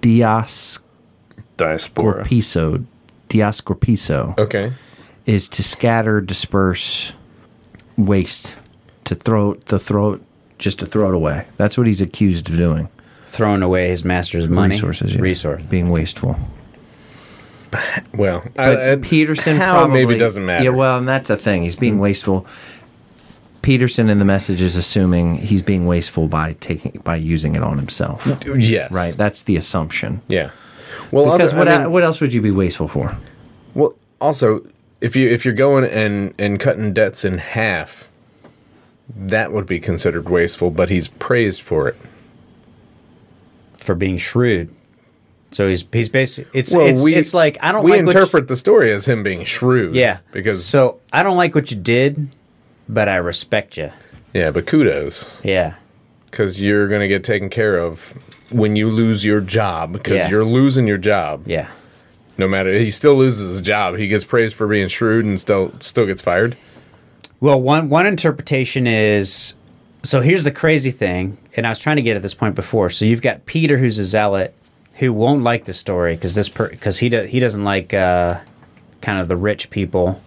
B: Diascorpiso.
C: Diaspora.
B: Diascorpiso
A: Okay.
B: is to scatter, disperse, waste, to throw, to throw, it- just to throw it away. That's what he's accused of doing.
D: Throwing away his master's money.
B: Resources, yeah.
D: Resource.
B: being wasteful.
A: Uh, Well,
B: But
A: I, I,
B: Peterson
A: uh, how
B: probably
A: maybe doesn't matter. Mm-hmm.
B: Yeah, well, and that's the thing. He's being wasteful. Peterson in the message is assuming he's being wasteful by taking by using it on himself.
A: yes.
B: Right, that's the assumption.
A: Yeah. Well,
B: Because
A: other-
B: what
A: I
B: e-
A: mean-
B: what else would you be wasteful for?
A: Well, also, if you if you're going and and cutting debts in half, that would be considered wasteful. But he's praised for it.
D: for being shrewd. So he's he's basically it's
A: Well,
D: it's,
A: we-
D: it's like I don't
A: we
D: like what you-
A: interpret the story as him being shrewd.
D: yeah
A: because
D: so I don't like what you did, but I respect you.
A: yeah, but kudos
D: Yeah,
A: because you're going to get taken care of when you lose your job because
D: Yeah.
A: you're losing your job.
D: yeah.
A: No matter he still loses his job, he gets praised for being shrewd and still still gets fired.
D: Well, one one interpretation is so here's the crazy thing, and I was trying to get at this point before. So you've got Peter, who's a zealot, who won't like the story because this because he do, he doesn't like uh, kind of the rich people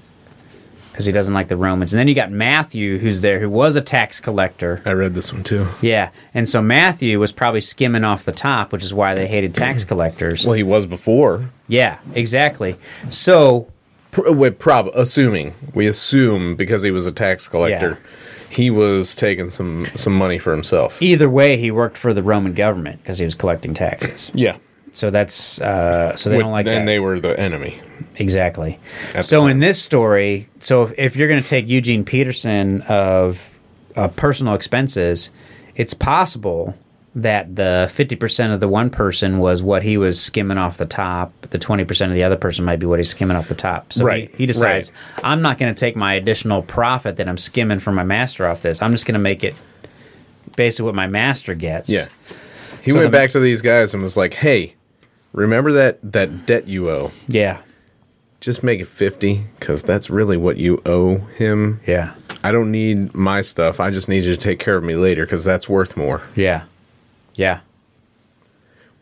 D: because he doesn't like the Romans, and then you got Matthew, who's there, who was a tax collector.
A: I read this one too.
D: Yeah, and so Matthew was probably skimming off the top, which is why they hated tax collectors.
A: Well, he was before.
D: yeah, exactly. So
A: Pr- we prob assuming we assume because he was a tax collector, he was taking some some money for himself.
D: either way, he worked for the Roman government because he was collecting taxes.
A: yeah,
D: So that's uh, so they
A: Which-
D: don't like
A: then
D: that.
A: they were the enemy.
D: exactly.
A: the
D: So in
A: time.
D: this story, so if, if you're going to take Eugene Peterson of uh, personal expenses, it's possible that the 50% of the one person was what he was skimming off the top. The 20% of the other person might be what he's skimming off the top. So
A: Right,
D: he, he decides, I'm not going to take my additional profit that I'm skimming from my master off this. I'm just going to make it basically what my master gets.
A: Yeah, he
D: So
A: went
D: the-
A: back to these guys and was like, "Hey, remember that that debt you owe?
D: Yeah.
A: Just make it fifty because that's really what you owe him.
D: Yeah.
A: I don't need my stuff. I just need you to take care of me later because that's worth more."
D: Yeah. Yeah.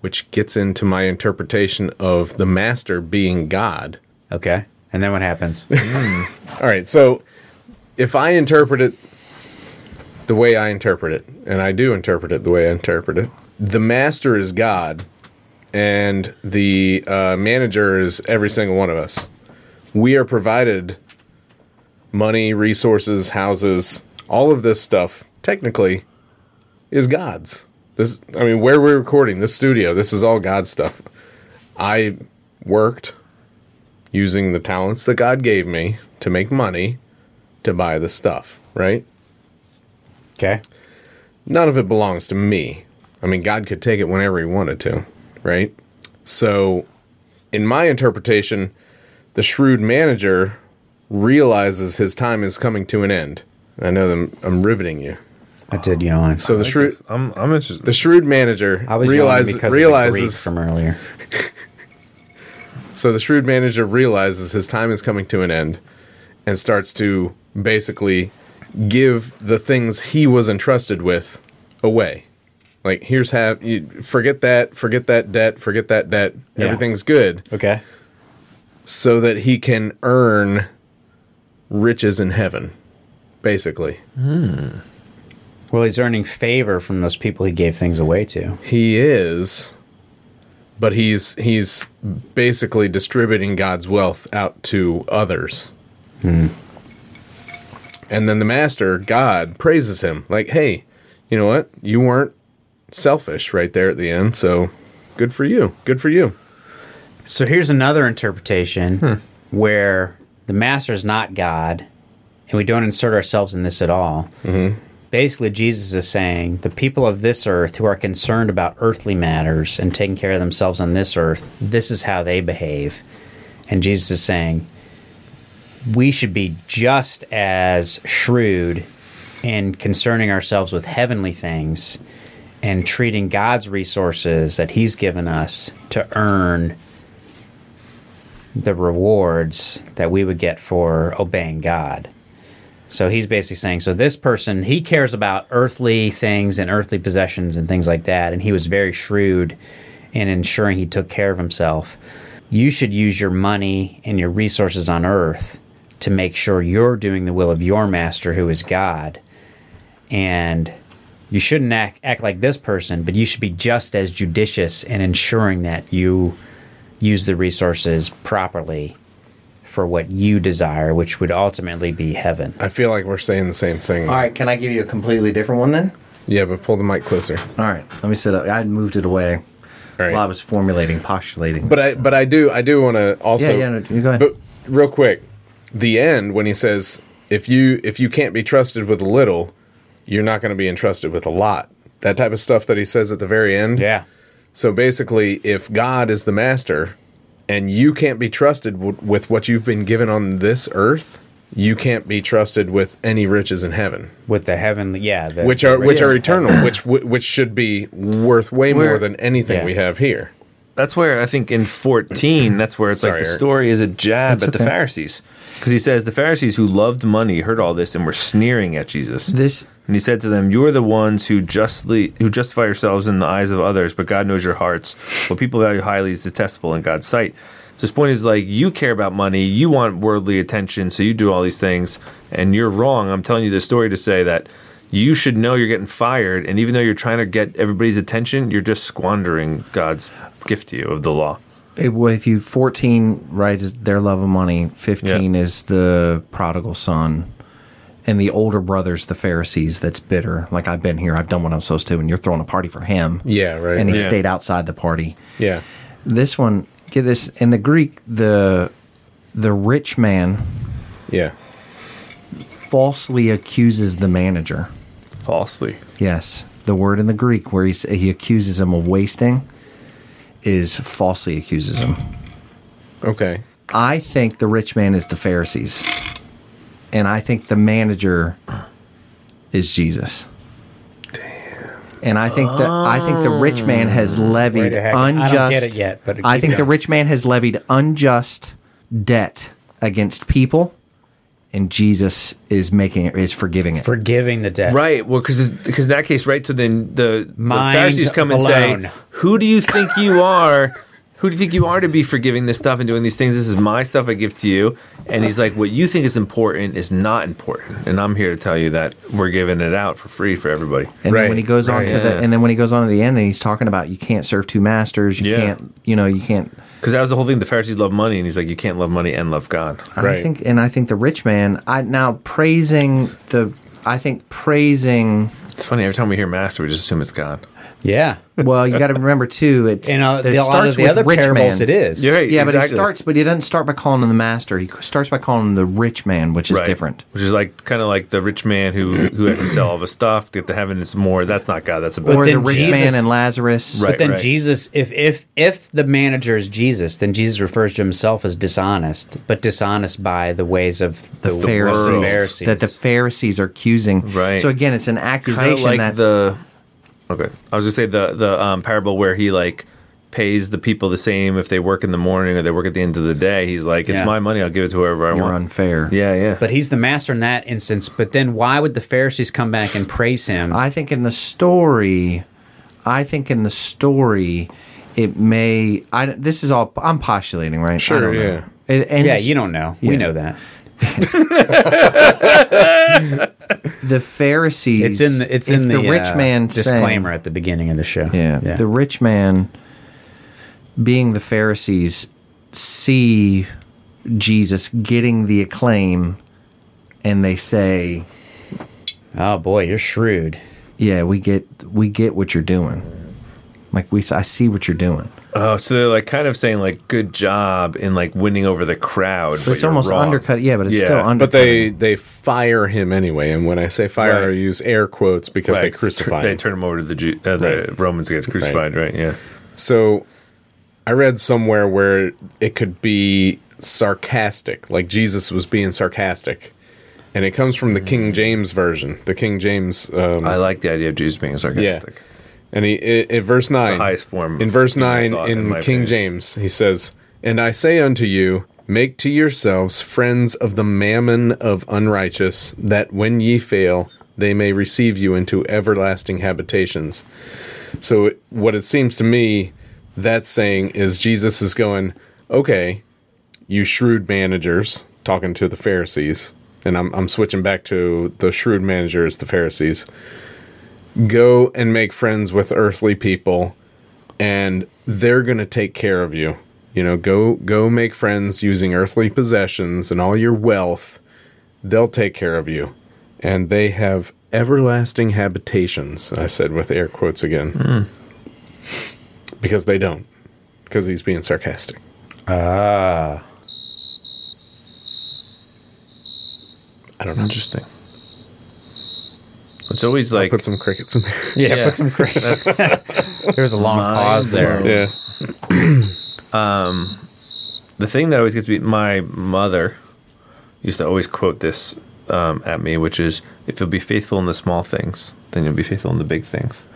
A: Which gets into my interpretation of the master being God.
D: Okay. And then what happens?
A: All right, so if I interpret it the way I interpret it, and I do interpret it the way I interpret it, the master is God, and the uh, manager is every single one of us. We are provided money, resources, houses, all of this stuff. Technically, is God's. This, I mean, where we're recording this studio, this is all God's stuff. I worked using the talents that God gave me to make money to buy the stuff, right?
D: Okay.
A: None of it belongs to me. I mean, God could take it whenever he wanted to, right? So, in my interpretation, the shrewd manager realizes his time is coming to an end. I know them, I'm riveting you.
D: I did yawn.
A: So the shrewd
C: I'm, I'm interested.
A: the shrewd manager
D: I was
A: realizes
D: yawning because of the Greek
A: realizes
D: from earlier.
A: So the shrewd manager realizes his time is coming to an end and starts to basically give the things he was entrusted with away. Like here's have you forget that, forget that debt, forget that debt.
D: Yeah.
A: Everything's good
D: Okay.
A: so that he can earn riches in heaven basically.
D: Well, he's earning favor from those people he gave things away to.
A: He is but he's he's basically distributing God's wealth out to others.
B: Hmm.
A: And then the master, God, praises him like, "Hey, you know what? You weren't selfish right there at the end, so good for you. Good for you."
D: So here's another interpretation where the master's not God, and we don't insert ourselves in this at all. Basically, Jesus is saying the people of this earth who are concerned about earthly matters and taking care of themselves on this earth, this is how they behave. And Jesus is saying we should be just as shrewd in concerning ourselves with heavenly things and treating God's resources that He's given us to earn the rewards that we would get for obeying God. So he's basically saying, so this person, he cares about earthly things and earthly possessions and things like that. And he was very shrewd in ensuring he took care of himself. You should use your money and your resources on earth to make sure you're doing the will of your master, who is God. And you shouldn't act, act like this person, but you should be just as judicious in ensuring that you use the resources properly for what you desire, which would ultimately be heaven.
A: I feel like we're saying the same thing.
B: All right, can I give you a completely different one then?
A: Yeah, but pull the mic closer.
B: All right, let me sit up. I moved it away
A: Right.
B: while I was formulating, postulating.
A: But I but I do I do want to also
B: Yeah, yeah, no, you go ahead.
A: But real quick, the end when he says if you if you can't be trusted with a little, you're not going to be entrusted with a lot. That type of stuff that he says at the very end.
D: Yeah.
A: So basically, if God is the master and you can't be trusted w- with what you've been given on this earth, you can't be trusted with any riches in heaven,
D: With the heavenly, yeah. The,
A: which are
D: the
A: which are
D: riches of heaven.
A: eternal, which w- which should be worth way more
C: We're-
A: than anything
D: yeah.
A: we have here.
C: That's where I think in 14, that's where it's
A: Sorry,
C: like the
A: Eric.
C: story is a jab
E: That's
C: at the
E: okay.
C: Pharisees. Because he says the Pharisees who loved money heard all this and were sneering at Jesus.
B: this
C: and he said to them, "You are the ones who justly who justify yourselves in the eyes of others, but God knows your hearts. What people value highly is detestable in God's sight." So his point is like you care about money, you want worldly attention, so you do all these things, and you're wrong. I'm telling you this story to say that you should know you're getting fired, and even though you're trying to get everybody's attention, you're just squandering God's gift to you of the law.
B: It- well, if you 14 right is their love of money 15 is the prodigal son and the older brothers the pharisees that's bitter like i've been here i've done what i'm supposed to and you're throwing a party for him
A: Yeah, right,
B: and he
A: right.
B: stayed outside the party
A: Yeah.
B: this one get this in the greek the the rich man
A: Yeah.
B: falsely accuses the manager
C: Falsely,
B: yes the word in the greek where he, s- he accuses him of wasting is falsely accuses him
A: Okay.
B: I think the rich man is the Pharisees, and I think the manager is Jesus. Damn. And I think that I think the rich man has
D: Wait
B: levied
D: a Ah. heck, I don't
B: unjust.
D: get it yet, but
B: I
D: keep
B: think the
D: going.
B: rich man has levied unjust debt against people, and Jesus is making it is forgiving it.
D: forgiving the debt.
C: right? Well, because because in that case, right? So then the, the
D: Mind
C: Pharisees come and
D: blown.
C: say, "Who do you think you are? Who do you think you are to be forgiving this stuff and doing these things? This is my stuff I give to you." And he's like, "What you think is important is not important, and I'm here to tell you that we're giving it out for free for everybody."
B: And
A: Right,
B: then when he goes on
C: right,
B: to
C: yeah.
B: the and then when he goes on to the end and he's talking about you can't serve two masters, you
C: Yeah.
B: can't you know you can't
C: Because that was the whole thing. The Pharisees love money, and he's like, "You can't love money and love God."
A: Right.
B: I think, and I think the rich man. I now praising the. I think praising.
C: It's funny. Every time we hear master, we just assume it's God.
D: Yeah.
B: Well, you got to remember too. It's
D: And uh,
B: it
D: the, a lot of the other parables, it is.
C: You're right,
B: yeah, but he
C: exactly.
B: starts, but he doesn't start by calling him the master. He starts by calling him the rich man, which is
C: Right.
B: different.
C: Which is like kind of like the rich man who who had to sell all of his stuff to get to heaven. It's more. That's not God. That's a
B: or the
D: then
B: rich
D: Jesus-
B: man and Lazarus.
C: Right.
D: But then Jesus, if if if the manager is Jesus, then Jesus refers to himself as dishonest, but dishonest by the ways of
B: The
D: world.
B: Pharisees,
C: world.
D: Pharisees.
B: that the Pharisees are accusing.
C: Right.
B: So again, it's an
C: kind of
B: accusation
C: like
B: that
C: the okay. I was gonna say the the um, parable where he like pays the people the same if they work in the morning or they work at the end of the day. He's like, it's
D: Yeah.
C: my money. I'll give it to whoever I
B: you're
C: want.
B: unfair.
C: Yeah, yeah.
D: but he's the master in that instance. But then why would the Pharisees come back and praise him?
B: I think in the story, I think in the story, it may. I this is all I'm postulating, right? I
A: Sure,
B: don't know.
A: yeah.
B: It- and
D: yeah,
B: it's-
D: you don't know. We
B: Yeah.
D: know that.
B: The Pharisees.
D: It's in the, it's
B: if
D: in the,
B: rich
D: uh,
B: man saying-
D: disclaimer at the beginning of the show.
B: yeah, the rich man being the Pharisees see Jesus getting the acclaim, and they say,
D: oh boy, you're shrewd.
B: "Yeah, we get we get what you're doing. Like we, I see what you're doing."
C: oh, so they're like kind of saying like, good job in like winning over the crowd.
B: But it's almost undercut. Yeah, but it's
C: Yeah,
B: still
C: but
B: undercut.
A: But they they fire him anyway, and when I say fire,
C: Right.
A: I use air quotes because they crucify
C: They
A: him.
C: turn him over to the Jew, uh, the Romans. Get crucified, right? Yeah.
A: so I read somewhere where it could be sarcastic, like Jesus was being sarcastic, and it comes from the King James version. The King James, um,
C: I like the idea of Jesus being sarcastic.
A: And he i- in verse nine,
C: highest form of
A: in verse
C: human
A: nine
C: thought, in
A: in
C: my
A: King
C: opinion.
A: James, he says, "And I say unto you, make to yourselves friends of the mammon of unrighteous, that when ye fail, they may receive you into everlasting habitations." So it- what it seems to me that's saying is Jesus is going, okay, you shrewd managers, talking to the Pharisees, and I'm I'm switching back to the shrewd managers, the Pharisees. Go and make friends with earthly people, and they're gonna take care of you. You know, go go make friends using earthly possessions and all your wealth. They'll take care of you, and they have everlasting habitations. I said with air quotes again, because they don't. Because he's being sarcastic. I don't know.
C: Interesting. It's always like
A: Put some crickets in there.
D: Yeah,
C: Yeah.
D: put some cra
C: that's
D: There was a long pause there.
A: Yeah.
C: the thing that always gets me. My mother used to always quote this um, at me, which is, "If you'll be faithful in the small things, then you'll be faithful in the big things."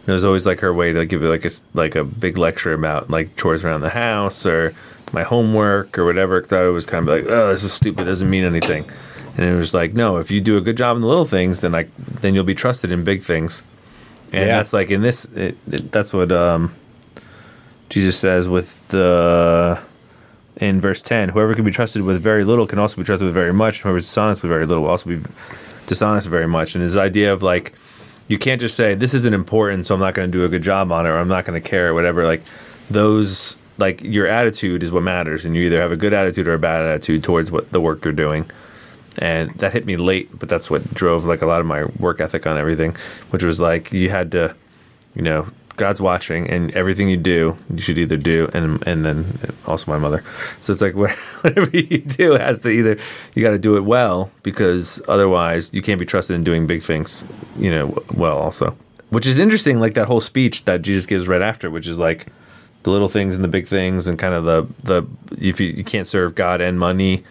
C: And it was always like her way to give you like a s- like a big lecture about like chores around the house or my homework or whatever. 'cause I was kind of like, "Oh, this is stupid. Doesn't mean anything." And it was like, "No, if you do a good job in the little things, then I then you'll be trusted in big things." And
A: Yeah.
C: that's like in this, it, it, that's what um, Jesus says with the in verse 10 whoever can be trusted with very little can also be trusted with very much and whoever is dishonest with very little will also be dishonest with very much and his idea of like you can't just say this isn't important so i'm not going to do a good job on it or i'm not going to care or whatever like those like your attitude is what matters and you either have a good attitude or a bad attitude towards what the work you're doing and that hit me late but that's what drove like a lot of my work ethic on everything which was like you had to you know god's watching and everything you do you should either do and and then also my mother so it's like what- whatever you do has to either you got to do it well because otherwise you can't be trusted in doing big things you know w- well also which is interesting like that whole speech that jesus gives right after which is like the little things and the big things and kind of the the if you, you can't serve god and money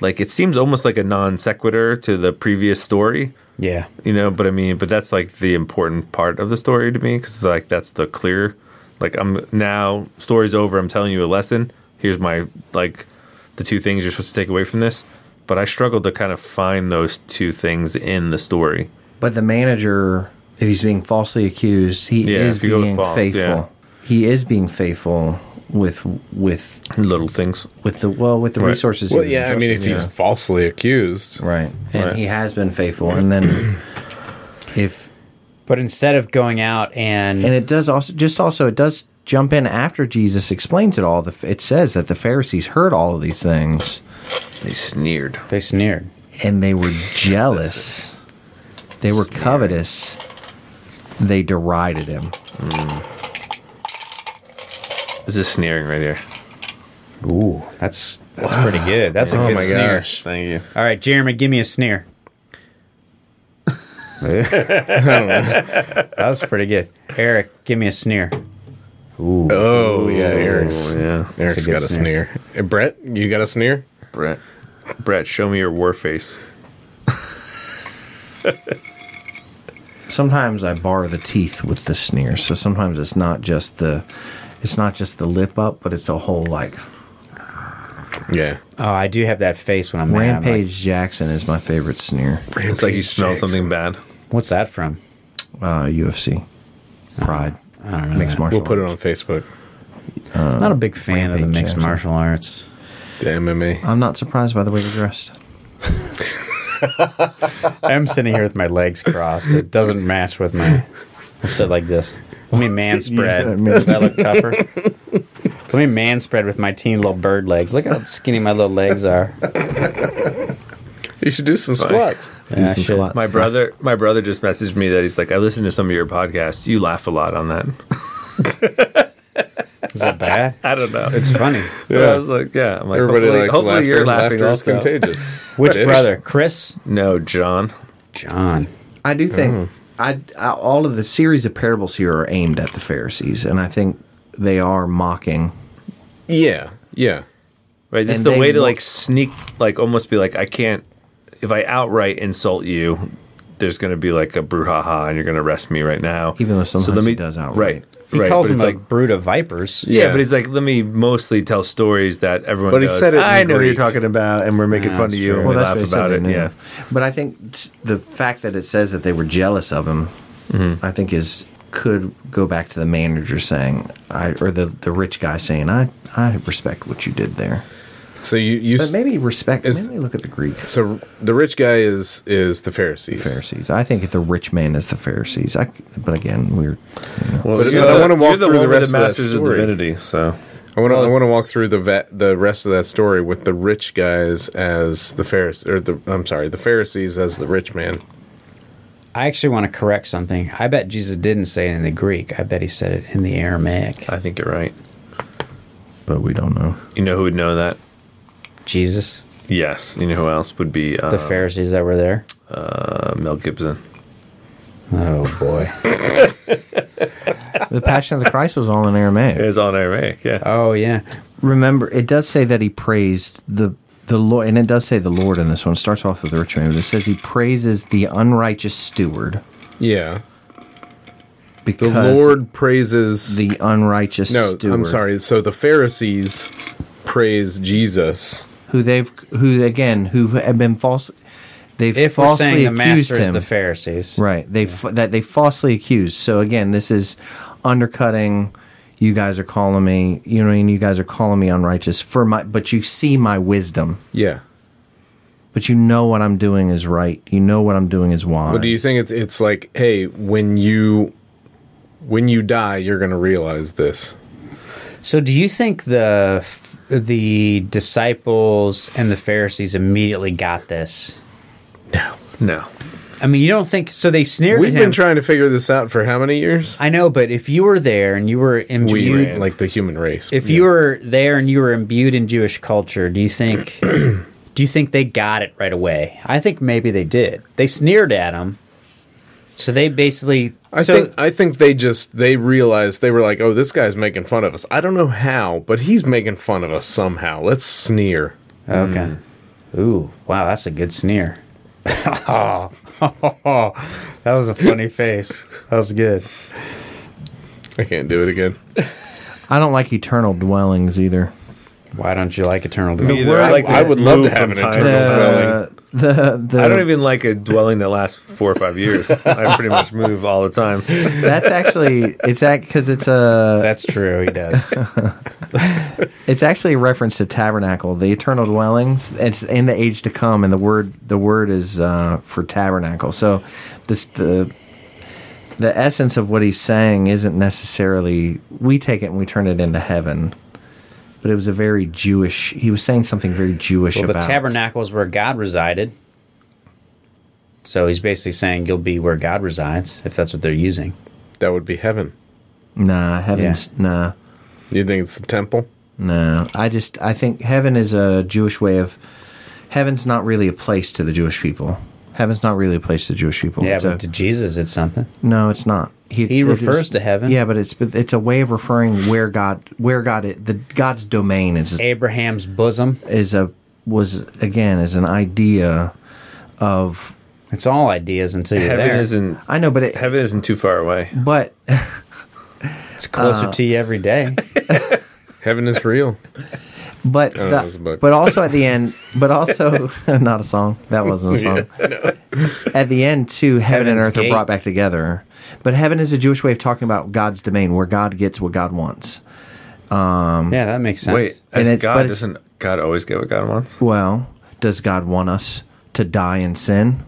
C: like it seems almost like a non sequitur to the previous story
D: Yeah.
C: you know but i mean but that's like the important part of the story to me because like that's the clear like i'm now story's over i'm telling you a lesson here's my like the two things you're supposed to take away from this but i struggled to kind of find those two things in the story
B: But the manager, if he's being falsely accused, he
C: Yeah,
B: is
C: if you go with
B: being
C: false,
B: faithful.
C: yeah.
B: He is being faithful with with
C: little things
B: with the well with the
C: Right.
B: resources. he
A: Well,
B: was
A: yeah. I mean,
B: entrusted
A: if he's
B: with.
A: falsely accused,
B: right, and
C: Right.
B: he has been faithful, and then if
D: But instead of going out and,
B: and it does also just also it does jump in after Jesus explains it all. The, it says that the Pharisees heard all of these things
C: they sneered
D: they sneered.
B: and they were jealous. They were covetous. They derided him.
C: this is sneering right here
D: Ooh, that's that's pretty good. That's
A: Oh
B: Oh
D: a good sneer.
C: thank you
D: All right, Jeremy, give me a sneer. that was pretty good. Eric, give me a sneer.
A: oh yeah, Eric's
C: oh, yeah
A: Eric's
D: That's a good
A: got a sneer. Eh, Brett, you got a sneer?
C: brett brett show me your war face
B: Sometimes I bar the teeth with the sneer, so sometimes it's not just the it's not just the lip up, but it's a whole like
A: Yeah.
D: Oh, I do have that face when I'm mad. I'm like,
B: Rampage Jackson is my favorite sneer.
C: it's like you smelled something bad
D: What's that from?
B: Uh, UFC Pride
D: I don't know.
B: mixed
D: that.
B: martial.
A: We'll put it
B: arts.
A: on Facebook.
D: I'm not a big fan of the
B: Rampage
D: mixed
B: Jackson.
D: martial arts.
A: The MMA.
B: I'm not surprised by the way you're dressed.
D: I'm sitting here with my legs crossed. It doesn't match with my. I'll sit like this. Let me man
B: gotta
D: spread.
B: man-
D: Does that look tougher? Let me man spread with my teeny little bird legs. Look how skinny my little legs are.
A: You should do some
C: Sorry.
A: squats.
D: Yeah, I should-
B: squats.
C: My brother, my brother just messaged me that he's like, I listened to some of your podcasts. You laugh a lot on that.
D: Is that bad?
C: I don't know.
D: It's funny.
C: yeah. I was like, yeah. I'm like,
A: Everybody
C: hopefully,
A: likes
C: hopefully
A: laughter.
C: you're laughing
A: laughter is
C: also.
A: contagious.
D: Which
A: It is.
D: brother, Chris?
C: No, John.
D: John.
B: I do think
A: Mm-hmm.
B: I, I all of the series of parables here are aimed at the Pharisees, and I think they are mocking.
A: Yeah. Yeah.
C: Right. This
B: And
C: is the
B: they
C: way to
B: look-
C: like sneak, like almost be like, I can't. If I outright insult you, there's going to be like a brouhaha and you're going to arrest me right now.
B: Even though sometimes
C: let
B: he does outright.
C: Right.
D: He
C: right,
D: calls
C: but
D: them
C: it's
D: a
C: like,
D: brood of vipers.
C: yeah.
B: Yeah.
C: but he's like, let me mostly tell stories that everyone.
A: But he
C: knows.
A: said it in
C: I know what you're
A: Greek.
C: talking about, and we're making
D: Yeah,
C: fun of
D: that's
C: you.
D: true.
C: And
D: Well,
C: we laugh
B: what he
C: about
B: said uh,
C: it.
B: they knew.
C: Yeah,
B: But I think t- the fact that it says that they were jealous of him, I think is could go back to the manager saying, I or the the rich guy saying, I I respect what you did there.
A: So you you
B: But maybe respect.
A: Is-
B: maybe look at the Greek
A: so the rich guy is is the Pharisees.
B: Pharisees. I think if the rich man is the Pharisees. I c but again, we're
C: well,
A: But-
C: you're
A: but I
C: the-
A: wanna walk
C: you're
A: through
C: one
A: the
C: with
A: rest
C: the
A: of that
C: masters
A: story.
C: divinity. So
A: I want to I want to walk through the va- the rest of that story with the rich guys as the Pharisees or the I'm sorry the Pharisees as the rich man.
D: I actually want to correct something. I bet Jesus didn't say it in the Greek. I bet he said it in the Aramaic.
C: I think you're right.
B: but we don't know.
C: You know who would know that?
D: Jesus,
C: Yes. You know who else would be uh,
D: the Pharisees that were there.
C: uh, Mel Gibson?
D: Oh boy.
B: The Passion of the Christ was all in Aramaic.
C: It's on Iraq. Yeah.
D: oh yeah.
B: remember it does say that he praised the the lord and it does say the lord in this one It starts off with the rich man but it says he praises the unrighteous steward
A: Yeah, the
B: because
A: Lord praises
B: the unrighteous
A: no.
B: steward
A: I'm sorry. So the Pharisees praise Jesus.
B: who they've who again who have been false they've
D: If we're saying the
B: falsely accused
D: master is
B: him
D: the Pharisees,
B: right they f that they falsely accused so again this is undercutting you guys are calling me you know what I mean you guys are calling me unrighteous for my but you see my wisdom
A: Yeah.
B: but you know what I'm doing is right you know what I'm doing is wise
A: But do you think it's it's like hey when you when you die you're gonna realize this?
D: So, do you think the the disciples and the Pharisees immediately got this?
C: No.
D: I mean, you don't think so? They sneered
A: We've
D: at him.
A: been trying to figure this out for how many years?
D: I know, but if you were there and you were
A: We
D: imbued,
A: like the human race.
D: if you were there and you were imbued in Jewish culture, do you think do you think they got it right away? I think maybe they did. They sneered at him, so they basically.
A: I
D: so
A: think I think they just they realized they were like, oh, this guy's making fun of us. I don't know how, but he's making fun of us somehow. Let's sneer.
D: okay. Ooh, wow, that's a good sneer. that was a funny face. That was good.
A: I can't do it again.
B: I don't like eternal dwellings either.
D: Why don't you like Eternal Doom?
C: Either
A: I- I would love to have an
C: time
A: eternal
C: time.
A: dwelling.
B: Uh, The the
C: I don't even like a dwelling that lasts four or five years. I pretty much move all the time.
B: that's actually it's act because it's a
D: That's true. He does.
B: it's actually a reference to tabernacle, the eternal dwellings. It's in the age to come, and the word the word is uh, for tabernacle. So this the the essence of what he's saying isn't necessarily we take it and we turn it into heaven, but it was a very Jewish. He was saying something very Jewish
D: well, the
B: about
D: tabernacle is where God resided. So he's basically saying you'll be where God resides, if that's what they're using.
A: That would be heaven.
B: Nah, heaven's nah.
A: You think it's the temple?
B: No, I just I think heaven is a Jewish way of heaven's not really a place to the Jewish people. Heaven's not really a place to the Jewish people.
D: Yeah,
B: It's a-
D: but to Jesus, it's something.
B: no, it's not.
D: He
B: it
D: refers
B: is-
D: to heaven.
B: Yeah, but it's but it's a way of referring where God where God i- the God's domain is
D: Abraham's bosom.
B: is a was again is an idea of
D: It's all ideas until you're
C: Heaven
D: there.
C: isn't.
B: I know, but it
C: Heaven isn't too far away.
B: but
D: it's closer to you every day.
A: Heaven is real.
B: but
A: know,
B: the-
A: it was a book.
B: but also at the end but also not a song that wasn't a song at the end too heaven and
D: Heaven's
B: earth are
D: gate.
B: brought back together but heaven is a jewish way of talking about god's domain where god gets what god wants Um,
D: yeah, that makes sense.
C: Wait,
B: And
C: as
B: it's-
C: God
B: but it's-
C: doesn't God always get what God wants?
B: well does god want us to die in sin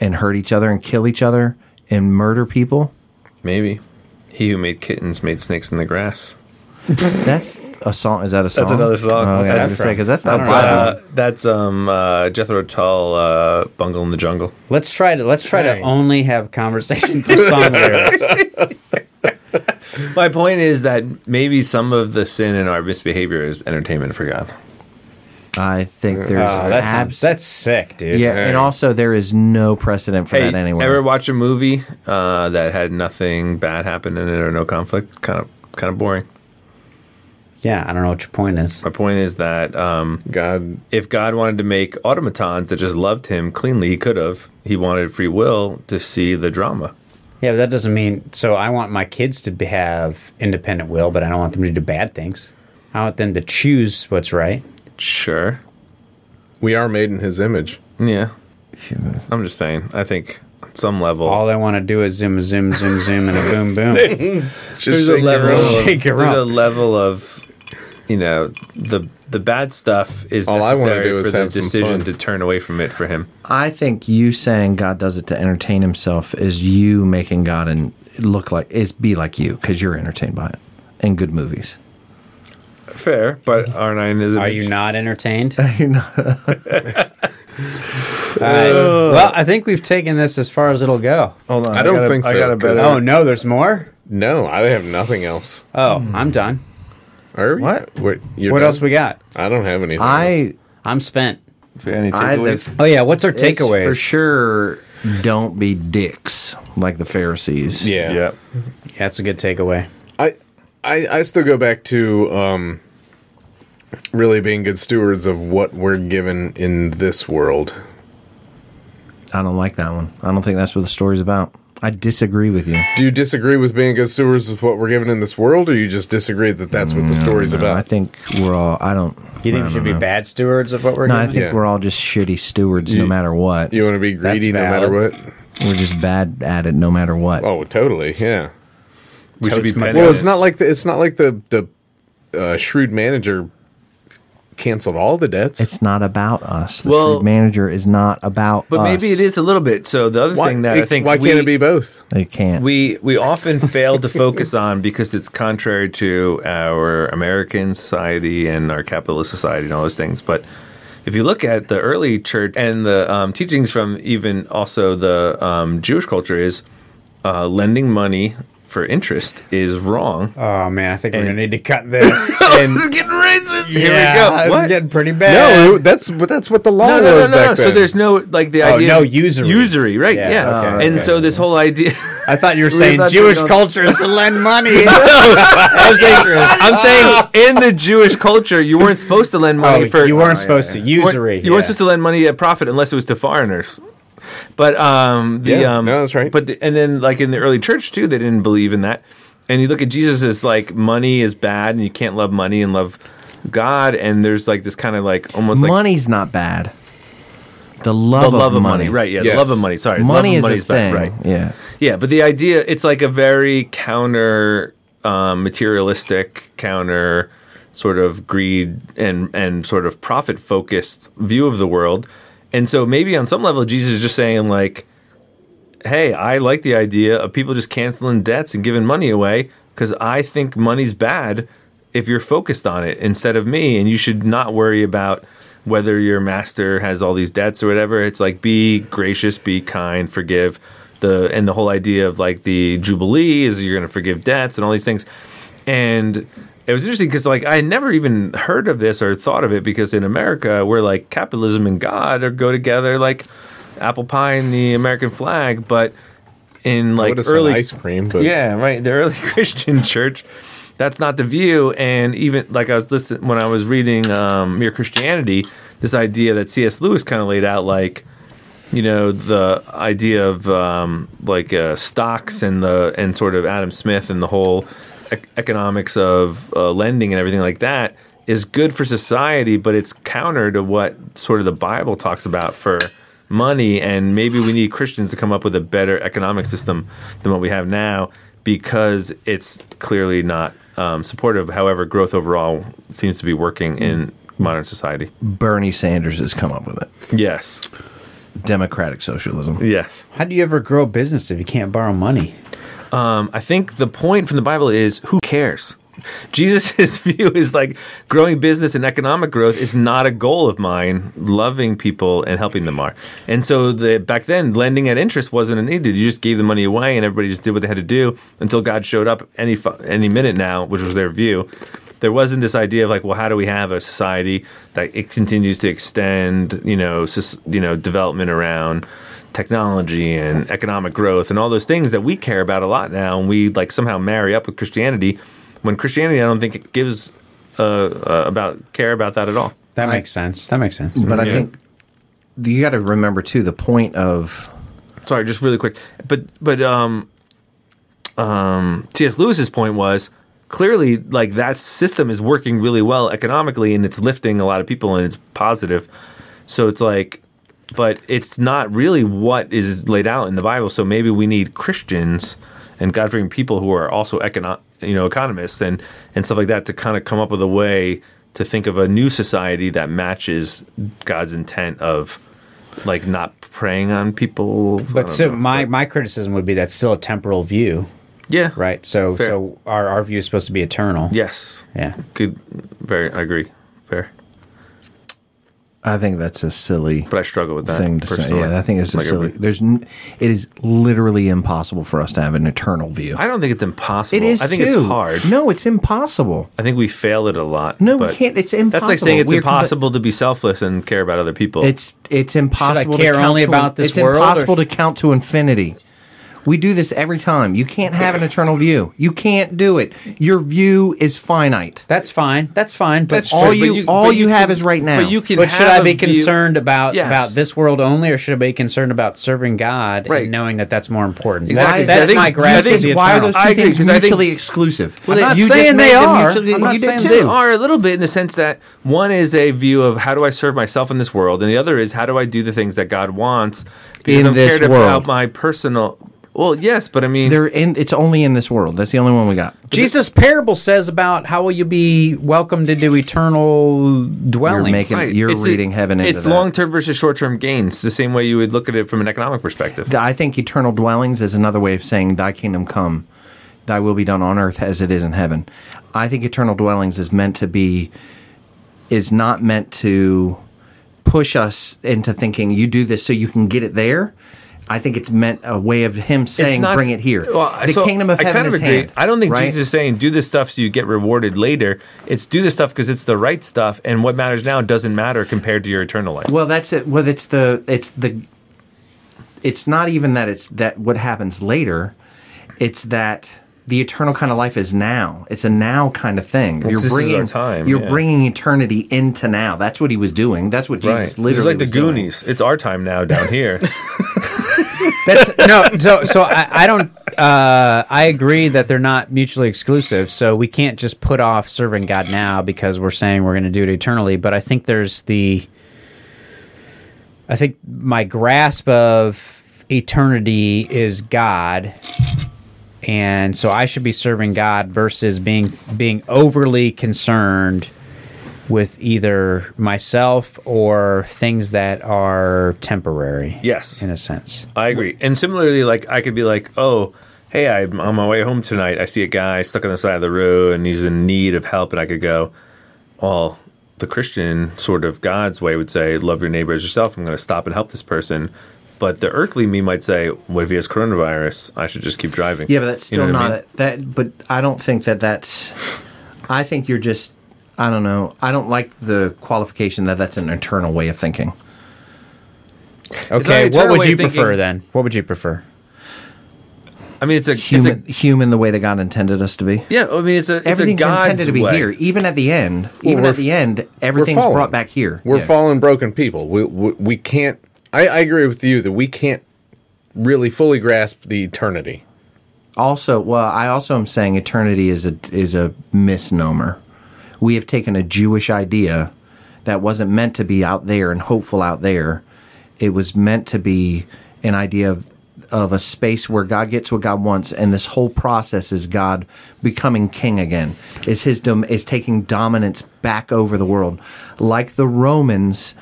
B: and hurt each other and kill each other and murder people
C: Maybe. He who made kittens made snakes in the grass.
B: that's a song is that a song
C: another song.
B: oh,
C: What's
B: yeah, I
C: that
B: was gonna say
D: from?
B: because that's
D: I
B: not
D: don't know.
A: Hmm.
B: Bible.
C: Uh, that's um uh, Jethro Tull, uh, Bungle in the Jungle.
D: Let's try to let's try
A: Hey.
D: to only have conversation through song lyrics.
C: My point is that maybe some of the sin in our misbehavior is entertainment for God.
B: i think there's
D: Oh, that's
B: abs-
D: that's sick, dude.
B: yeah and also there is no precedent for
C: Hey,
B: that anywhere
C: ever watch a movie uh, that had nothing bad happen in it or no conflict? Kind of kind of boring.
D: Yeah, I don't know what your point is.
C: My point is that um,
A: God,
C: if God wanted to make automatons that just loved him cleanly, he could have. He wanted free will to see the drama.
D: Yeah, but that doesn't mean so I want my kids to be- have independent will, but I don't want them to do bad things. I want them to choose what's right.
C: Sure.
A: we are made in His image.
C: Yeah. I'm just saying. I think on some level,
D: All I want to do is zoom, zoom, zoom, zoom, and a boom, boom.
A: Just
C: there's a
A: shake your
C: level.
A: own.
C: Of,
D: Shake your
C: there's a
D: rump.
C: level of, you know, the the bad stuff is
A: All I wanna
C: necessary
A: do is
C: for the
A: have some
C: decision
A: fun.
C: to turn away from it for him.
B: I think you saying God does it to entertain himself is you making God and look like is be like you because you're entertained by it in good movies.
C: Fair, but aren't I in his
D: Are
C: image?
D: you not entertained?
B: You're not
D: Alright. Well, I think we've taken this as far as it'll go.
C: Oh.
B: Hold on.
A: I don't
B: gotta-
A: think so.
B: I got a
A: 'cause-
B: better.
D: Oh no, there's more.
A: No, I have nothing else.
D: Oh, I'm done.
A: Are we-
B: What?
A: Wait, you're
D: What
A: done?
D: else we got?
A: I don't have anything. else.
B: I
D: I'm spent.
F: Any
B: I
F: takeaways?
D: Oh yeah, what's our
B: it's
D: takeaways?
B: for sure. Don't be dicks like the Pharisees.
A: yeah,
F: Yep.
D: Yeah, that's a good takeaway.
A: I, I, I still go back to um, really being good stewards of what we're given in this world.
B: I don't like that one. I don't think that's what the story's about. I disagree with you.
A: Do you disagree with being good stewards of what we're given in this world, or you just disagree that that's what the story's about?
B: I think we're all. I don't.
D: You think we should be bad stewards of what we're
B: No, I
D: doing?
B: think
A: Yeah.
B: we're all just shitty stewards, no matter what.
A: you want to be greedy no matter
D: valid.
A: what.
B: We're just bad at it, no matter what.
A: Oh, totally. Yeah.
C: We should be
D: Totes my-
C: penalized.
A: Well, it's not like the, it's not like the the uh, shrewd manager canceled all the debts.
B: It's not about us. The
C: Well-
B: food manager is not about
C: But
B: us.
C: maybe it is a little bit. So the other
A: why,
C: thing that I
A: it-
C: think
A: why
C: we,
A: can't it be both?
B: They can't.
C: we we often fail to focus on because it's contrary to our American society and our capitalist society and all those things. But if you look at the early church and the um, teachings from even also the um, Jewish culture is uh, lending money for interest is wrong.
D: Oh man, I think we're
C: And-
D: gonna need to cut this.
C: and this is getting racist. Here we go.
D: It's
C: What?
D: getting pretty bad.
A: No, that's but that's what the law
C: no,
A: was
C: no, no, no.
A: back
C: no.
A: then.
C: So there's no like the
D: Oh,
C: idea.
D: no
C: of
D: usury.
C: Usury, right?
D: Yeah,
C: Yeah.
D: okay,
C: and
D: okay.
C: so this whole idea.
D: I thought you were
B: saying
D: saying
B: thought you were Jewish
D: Jewish
B: gonna-
D: culture is to lend money.
C: I'm saying, I'm saying in the Jewish culture, you weren't supposed to Oh, lend money for
D: Ah. Oh, you weren't supposed to
C: you weren't-
D: usury.
C: You weren't supposed to lend money at profit unless it was to foreigners. But um, the
A: Yeah,
C: um,
A: no, that's right.
C: But the, and then like in the early church too, they didn't believe in that. And you look at Jesus as like money is bad, and you can't love money and love God. And there's like this kind of like almost like
B: Money's not bad. The
C: the
B: love,
C: love of money, right? Yeah,
A: Yes.
C: the love of money. Sorry, the love
B: Money
C: of
B: is a
C: money's
B: thing.
C: bad, right?
B: Yeah.
C: Yeah, but the idea it's like a very counter um, materialistic, counter sort of greed and and sort of profit focused view of the world. And so maybe on some level Jesus is just saying like hey, I like the idea of people just canceling debts and giving money away cuz I think money's bad if you're focused on it instead of me and you should not worry about whether your master has all these debts or whatever. It's like be gracious, be kind, forgive. The and the whole idea of like the jubilee is you're going to forgive debts and all these things. And it was interesting because like I had never even heard of this or thought of it because in America we're like capitalism and God are go together like apple pie and the American flag, but in
A: I
C: like
A: would've said
C: early
A: ice cream, but
C: yeah, right. The early Christian church. That's not the view. And even like I was listening when I was reading um, Mere Christianity, this idea that C.S. Lewis kind of laid out, like you know, the idea of um, like uh, stocks and the and sort of Adam Smith and the whole ec- economics of uh, lending and everything like that is good for society, but it's counter to what sort of the Bible talks about for money. And maybe we need Christians to come up with a better economic system than what we have now because it's clearly not um, supportive. However, growth overall seems to be working in modern society.
B: Bernie Sanders has come up with it.
C: Yes.
B: Democratic socialism.
C: Yes.
D: How do you ever grow a business if you can't borrow money?
C: Um, I think the point from the Bible is who cares? Jesus' view is like growing business and economic growth is not a goal of mine. Loving people and helping them are. And so the back then, lending at interest wasn't needed. You just gave the money away, and everybody just did what they had to do until God showed up any fu- any minute now, which was their view. There wasn't this idea of like, well, how do we have a society that it continues to extend, you know, sus- you know, development around technology and economic growth and all those things that we care about a lot now and we like somehow marry up with Christianity when Christianity I don't think it gives uh, uh, about care about that at all.
D: That makes sense. That makes sense.
E: But I
C: Yeah.
E: think
B: You got to remember too the point of
C: Sorry, just really quick. But but um, um, T.S. Lewis's point was clearly like that system is working really well economically, and it's lifting a lot of people, and it's positive. So it's like, but it's not really what is laid out in the Bible. So maybe we need Christians and God fearing people who are also econo- you know economists and and stuff like that to kind of come up with a way to think of a new society that matches God's intent of like not preying on people. I
D: But
C: don't
D: so
C: know.
D: my, my criticism would be that's still a temporal view,
C: yeah
D: right? So
C: Fair.
D: so our, our view is supposed to be eternal.
C: yes
D: Yeah.
C: good very I agree fair
B: I think that's a silly
C: but I struggle with that
B: thing to
C: personally.
B: say. Yeah, I think it's a
C: Like,
B: silly. There's n- it is literally impossible for us to have an eternal view.
C: I don't think it's impossible.
B: it is.
C: I think
B: too.
C: it's hard.
B: No, it's impossible.
C: I think we fail it a lot.
B: No, we
C: but
B: can't. It's
C: That's like saying
B: impossible.
C: it's
B: We're compa-
C: impossible to be selfless and care about other people.
B: It's it's impossible.
D: care
B: to count
D: only
B: to
D: about this
B: It's
D: world,
B: impossible
D: or-
B: to count to infinity. We do this every time. You can't have an eternal view. You can't do it. Your view is finite.
D: That's fine. That's fine. But
C: That's
B: all
C: true, but
B: you,
C: you-
B: all
C: but
B: you,
C: you
B: have
C: can-
B: is right now.
C: but you can.
D: But should
C: have
D: I be
C: a view-
D: concerned about
C: Yes.
D: about this world only, or should I be concerned about serving God
C: Right.
D: and knowing that that's more important?
C: Exactly.
D: That's, that's
C: I think-
D: my
C: I
D: grasp.
C: think-
D: of the
B: why are
D: eternal.
B: those two
C: I agree,
B: things
C: 'cause I think-
B: mutually exclusive?
C: Well, I'm not
B: you just
D: saying
B: made
D: they
B: them
D: are.
B: mutually-
D: I'm not
B: you did
D: saying
B: too.
C: They are a little bit in the sense that one is a view of how do I serve myself in this world, and the other is how do I do the things that God wants because
B: In
C: I'm
B: this
C: cared
B: world.
C: about my personal. Well, yes, but I mean,
B: They're in. It's only in this world. That's the only one we got.
D: Jesus' parable says about how will you be welcomed into eternal dwelling.
B: making- you're
C: a-
B: reading heaven into
C: It's
B: that.
C: long term versus short term gains, the same way you would look at it from an economic perspective.
B: I think eternal dwellings is another way of saying thy kingdom come, thy will be done on earth as it is in heaven. I think eternal dwellings is meant to be is not meant to push us into thinking you do this so you can get it there. I think it's meant a way of him saying
C: not-
B: bring it here.
C: Well,
B: the
C: so
B: kingdom of
C: I
B: heaven
C: kind of
B: is
C: agree.
B: hand,
C: I don't think
B: right?
C: Jesus is saying do this stuff so you get rewarded later. It's do this stuff because it's the right stuff, and what matters now doesn't matter compared to your eternal life.
B: Well, that's it. Well, it's the it's the it's not even that it's that what happens later. It's that the eternal kind of life is now. It's a now kind of thing. you're
C: 'cause this is our
B: bringing
C: time,
B: You're
C: yeah.
B: bringing eternity into now. That's what he was doing. That's what Jesus
C: It's
B: literally
C: like the
B: was doing.
C: Goonies. It's our time now down here.
D: That's no. So so I, I don't. Uh, I agree that they're not mutually exclusive. So we can't just put off serving God now because we're saying we're going to do it eternally. But I think there's the. I think my grasp of eternity is God, and so I should be serving God versus being being overly concerned with either myself or things that are temporary.
C: Yes.
D: in a sense.
C: I agree. And similarly, like I could be like, oh, hey, I'm on my way home tonight. I see a guy stuck on the side of the road and he's in need of help, and I could go, well, the Christian sort of God's way would say, love your neighbor as yourself. I'm going to stop and help this person. But the earthly me might say, what if he has coronavirus? I should just keep driving.
B: Yeah, but that's
C: You
B: still
C: know what I
B: not
C: mean?
B: a, that. But I don't think that that's. I think you're just. I don't know. I don't like the qualification that that's an eternal way of thinking.
D: Okay,
C: It's
D: what
C: not eternal
D: would
C: way
D: you
C: of thinking.
D: prefer then? What would you prefer?
C: I mean, it's a
B: Human,
C: It's a,
B: human, the way that God intended us to be.
C: yeah, I mean, it's a it's a
B: everything's
C: God's
B: intended to be
C: way.
B: here. Even at the end, even
A: we're
B: at the
A: f-
B: end,
A: We're
B: everything's
A: fallen.
B: brought back here.
A: We're
B: Yeah.
A: fallen, broken people. We we, we can't. I, I agree with you that we can't really fully grasp the eternity.
B: Also, well, I also am saying eternity is a is a misnomer. We have taken a Jewish idea that wasn't meant to be out there and hopeful out there. It was meant to be an idea of of a space where God gets what God wants, and this whole process is God becoming king again. Is his dom- is taking dominance back over the world, like the Romans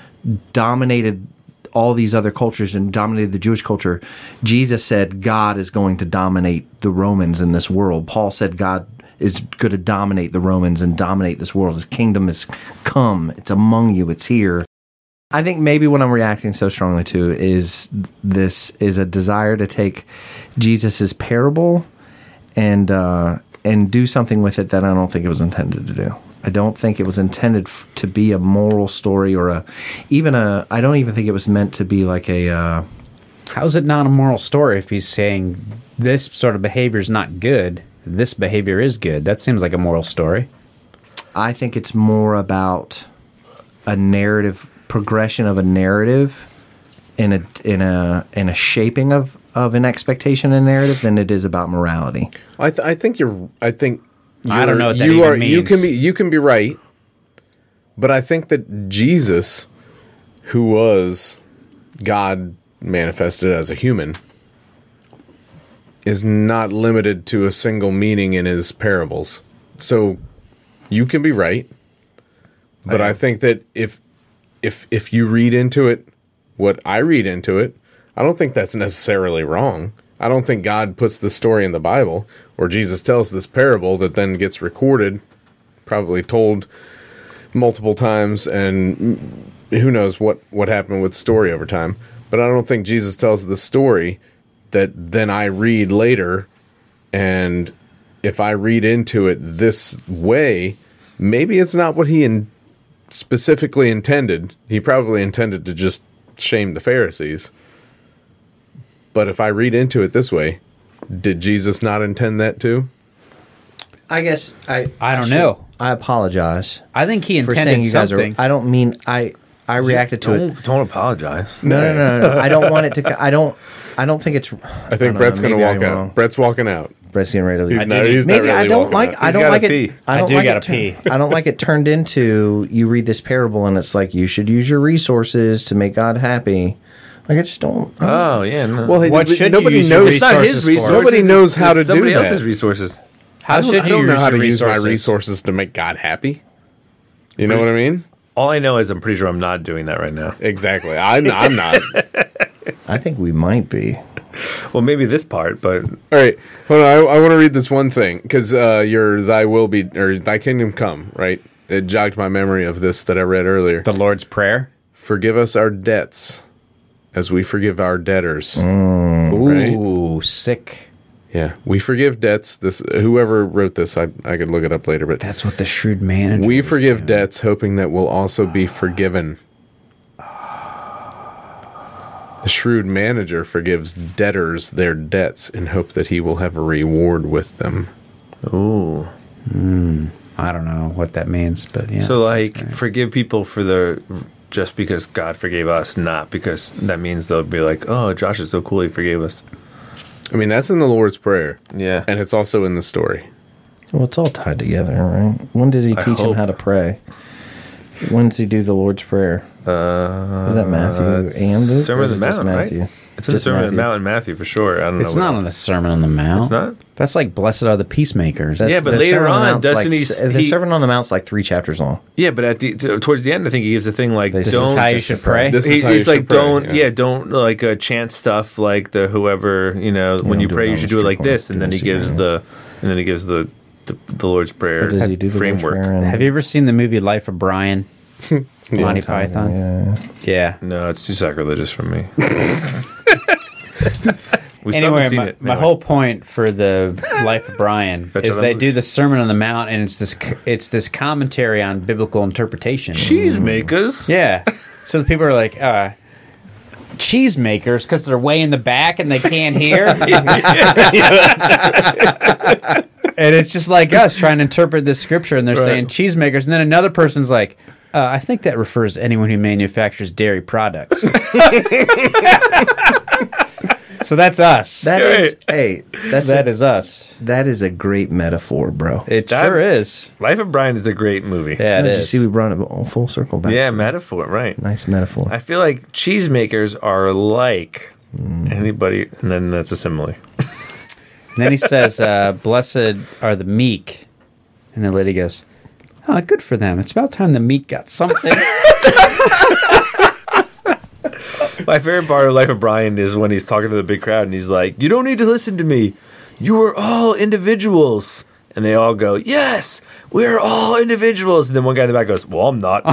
B: dominated all these other cultures and dominated the Jewish culture. Jesus said God is going to dominate the Romans in this world. Paul said God is going to dominate the Romans and dominate this world. His kingdom has come. It's among you. It's here. I think maybe what I'm reacting so strongly to is this is a desire to take Jesus's parable and uh, and do something with it that I don't think it was intended to do. I don't think it was intended f- to be a moral story or a even a. I don't even think it was meant to be like a. Uh,
D: How's it not a moral story if he's saying this sort of behavior is not good? This behavior is good. That seems like a moral story.
B: I think it's more about a narrative progression of a narrative in a in a in a shaping of of an expectation and narrative than it is about morality.
A: I, th- I think you're. I think
D: I
A: you're-
D: don't know what that
A: you
D: even
A: are. You
D: means.
A: can be. You can be right. But I think that Jesus, who was God manifested as a human, is not limited to a single meaning in his parables. So you can be right, but I think that if if if you read into it what I read into it, I don't think that's necessarily wrong. I don't think God puts the story in the Bible or Jesus tells this parable that then gets recorded, probably told multiple times and mm, who knows what what happened with the story over time. But I don't think Jesus tells the story that then I read later and if I read into it this way, maybe it's not what he in- specifically intended. He probably intended to just shame the Pharisees. But if I read into it this way, did Jesus not intend that too?
B: I guess I
D: I don't know.
B: I apologize
D: I think he
B: for
D: intended
B: saying you guys
D: something.
B: are. I don't mean I I reacted to it.
C: Don't, don't apologize.
B: No, no, no, no, no. I don't want it to. co- I don't. I don't think it's.
A: I think Brett's going to walk out. Brett's walking out.
B: Brett's getting ready to leave.
A: He's not, he's not
B: Maybe
A: really
B: I
A: walking
B: don't like.
A: out.
B: I
C: He's
B: don't
C: gotta
B: like
C: pee.
B: it. I
D: I
B: don't
D: do
B: like
D: gotta
B: it tur-
D: pee.
B: I don't like it turned into you read this parable and it's like you should use your resources to make God happy. Like I just don't.
D: Uh,
B: I don't-
C: Oh yeah. No.
A: Well, hey,
D: What should you
A: nobody
D: use your
A: knows.
C: it's not
D: resources
C: his
D: for.
C: resources.
A: Nobody knows
C: It's-
A: how
C: it's
A: to do
C: somebody
A: that.
C: else's resources.
D: how
A: I don't,
D: should
A: I
D: you
A: don't know
D: use
A: how to
D: your
A: use my
D: resources?
A: resources to make God happy. You know what I mean?
C: All I know is I'm pretty sure I'm not doing that right now.
A: Exactly. I'm, I'm not. All
B: I think we might be.
C: Well, maybe this part, but
A: right. Hold on. I, I want to read this one thing because uh, your thy will be or thy kingdom come. Right. It jogged my memory of this that I read earlier.
D: The Lord's Prayer.
A: Forgive us our debts, as we forgive our debtors.
B: Mm-hmm.
A: Right?
D: Ooh, sick.
A: Yeah, we forgive debts. This whoever wrote this, I I could look it up later, but
D: That's what the shrewd manager.
A: we
D: was
A: forgive
D: doing.
A: debts, hoping that we'll also be forgiven. The shrewd manager forgives debtors their debts in hope that he will have a reward with them.
D: I don't know what that means, but yeah.
C: so
D: that sounds
C: like
D: right.
C: forgive people for their just because God forgave us, not because that means they'll be like, oh, Josh is so cool, he forgave us.
A: I mean, that's in the Lord's Prayer.
C: Yeah.
A: And it's also in the story.
E: Well, it's all tied together, right?
B: When does he
C: I
B: teach him
C: hope.
B: how to pray?
E: When does he do the Lord's Prayer?
C: Uh,
B: Is that Matthew
C: it's
B: and Luke,
C: Sermon
B: or
C: on
B: is
C: the
B: it just
C: Mount,
B: Matthew?
C: right? It's in the
B: Just
C: Sermon on the
B: Matthew.
C: Mount and Matthew for sure. I don't
D: it's
C: know. what
D: not on the
C: else.
D: Sermon on the Mount.
C: It's not.
D: That's like blessed are the peacemakers. That's,
C: Yeah, but later
B: Sermon
C: on,
B: Mount's
C: doesn't
B: like,
C: he-
B: s- the
C: he-
B: Sermon on the Mount's like three chapters long.
C: Yeah, but at the t- towards the end, I think he gives a thing like
B: This is
C: don't.
D: This is how you
B: just
D: should
B: to pray.
D: pray.
A: This-
C: he-
A: is how you
C: he's
A: should
C: like
A: pray,
C: don't
A: yeah.
C: yeah, don't like uh, chant stuff like the whoever you know when
B: don't
C: you
B: do it
C: pray
B: on
C: you
B: the
C: should do it
B: street
C: like
B: corner.
C: this, and
B: Do
C: then he
B: it on the
C: gives
B: street
C: the and then he gives the the, the Lord's prayer
B: But does he do the
C: framework.
B: Lord's Prayer? and-
D: Have you ever seen the movie Life of Brian? Monty Python.
B: Yeah.
D: yeah.
C: No, it's too sacrilegious for me. we still
D: anyway,
C: haven't seen
D: my,
C: it.
D: my
C: Anyway.
D: whole point for the life of Brian
C: Fetch
D: is
C: out
D: they
C: that
D: do
C: moose.
D: the Sermon on the Mount, and it's this c- it's this commentary on biblical interpretation.
C: cheese makers.
D: Yeah, so the people are like. uh Cheesemakers, because they're way in the back and they can't hear, and it's just like us trying to interpret this scripture, and they're saying cheesemakers, and then another person's like, uh, "I think that refers to anyone who manufactures dairy products." so that's us.
B: That is, hey, that's
D: That
B: that is
D: is us.
B: that is a great metaphor, bro.
D: It
C: That-
D: sure is.
C: Life of Brian is a great movie.
D: Yeah, it
B: Did you
D: is.
B: see we brought it all full circle back?
C: yeah, metaphor, right?
B: nice metaphor.
C: I feel like cheesemakers are like
B: Mm.
C: anybody, and then that's a simile.
D: and then he says, uh, "Blessed are the meek," and the lady goes, "Oh, good for them. It's about time the meek got something."
C: My favorite part of Life of Brian is when he's talking to the big crowd and he's like, You don't need to listen to me. You are all individuals. And they all go, Yes, we're all individuals. And then one guy in the back goes, Well, I'm not.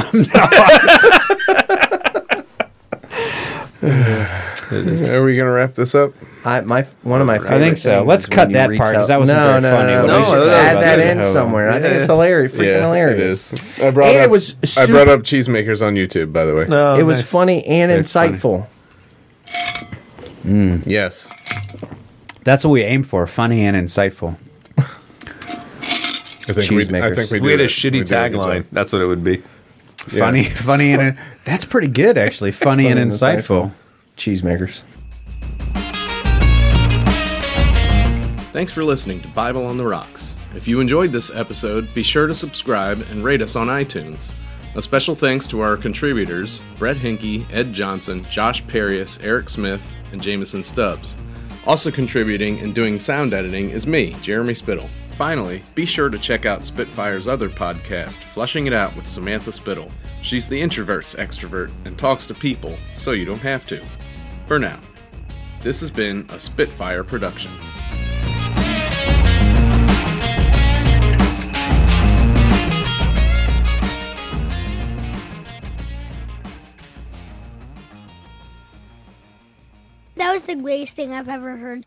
A: Are we going to wrap this up?
B: I my one of my favorite
D: think so.
B: things
D: Let's
B: is
D: cut
B: when you
D: that
B: reach
D: part, 'cause
B: out-
D: that wasn't
B: no,
D: very
B: no,
D: funny.
B: No,
D: What
B: no,
C: we
B: no,
C: just said
B: add
C: about
B: that
C: the
B: in
D: hoe.
B: somewhere. I think it's hilarious, freaking hilarious.
A: It is. I brought
B: And
A: up,
B: it was
A: I
B: super-
A: brought up cheesemakers on YouTube, by the way.
C: No,
B: It
C: Oh,
B: was
C: nice.
B: funny and insightful.
A: Yes.
D: That's what we aim for: funny and insightful.
A: I think we. I
E: Cheesemakers.
A: think we.
C: If
A: do
C: we had a
A: that.
C: shitty
A: We do a good
C: tagline,
A: job.
C: that's what it would be.
D: Funny, funny, and that's pretty good actually. Funny, and insightful.
E: Cheesemakers.
A: Thanks for listening to Bible on the Rocks. If you enjoyed this episode, be sure to subscribe and rate us on iTunes. A special thanks to our contributors, Brett Hinkey, Ed Johnson, Josh Perius, Eric Smith, and Jameson Stubbs. Also contributing and doing sound editing is me, Jeremy Spittle. Finally, be sure to check out Spitfire's other podcast, Flushing It Out with Samantha Spittle. She's the introvert's extrovert and talks to people, so you don't have to. For now, this has been a Spitfire production.
F: That was the greatest thing I've ever heard.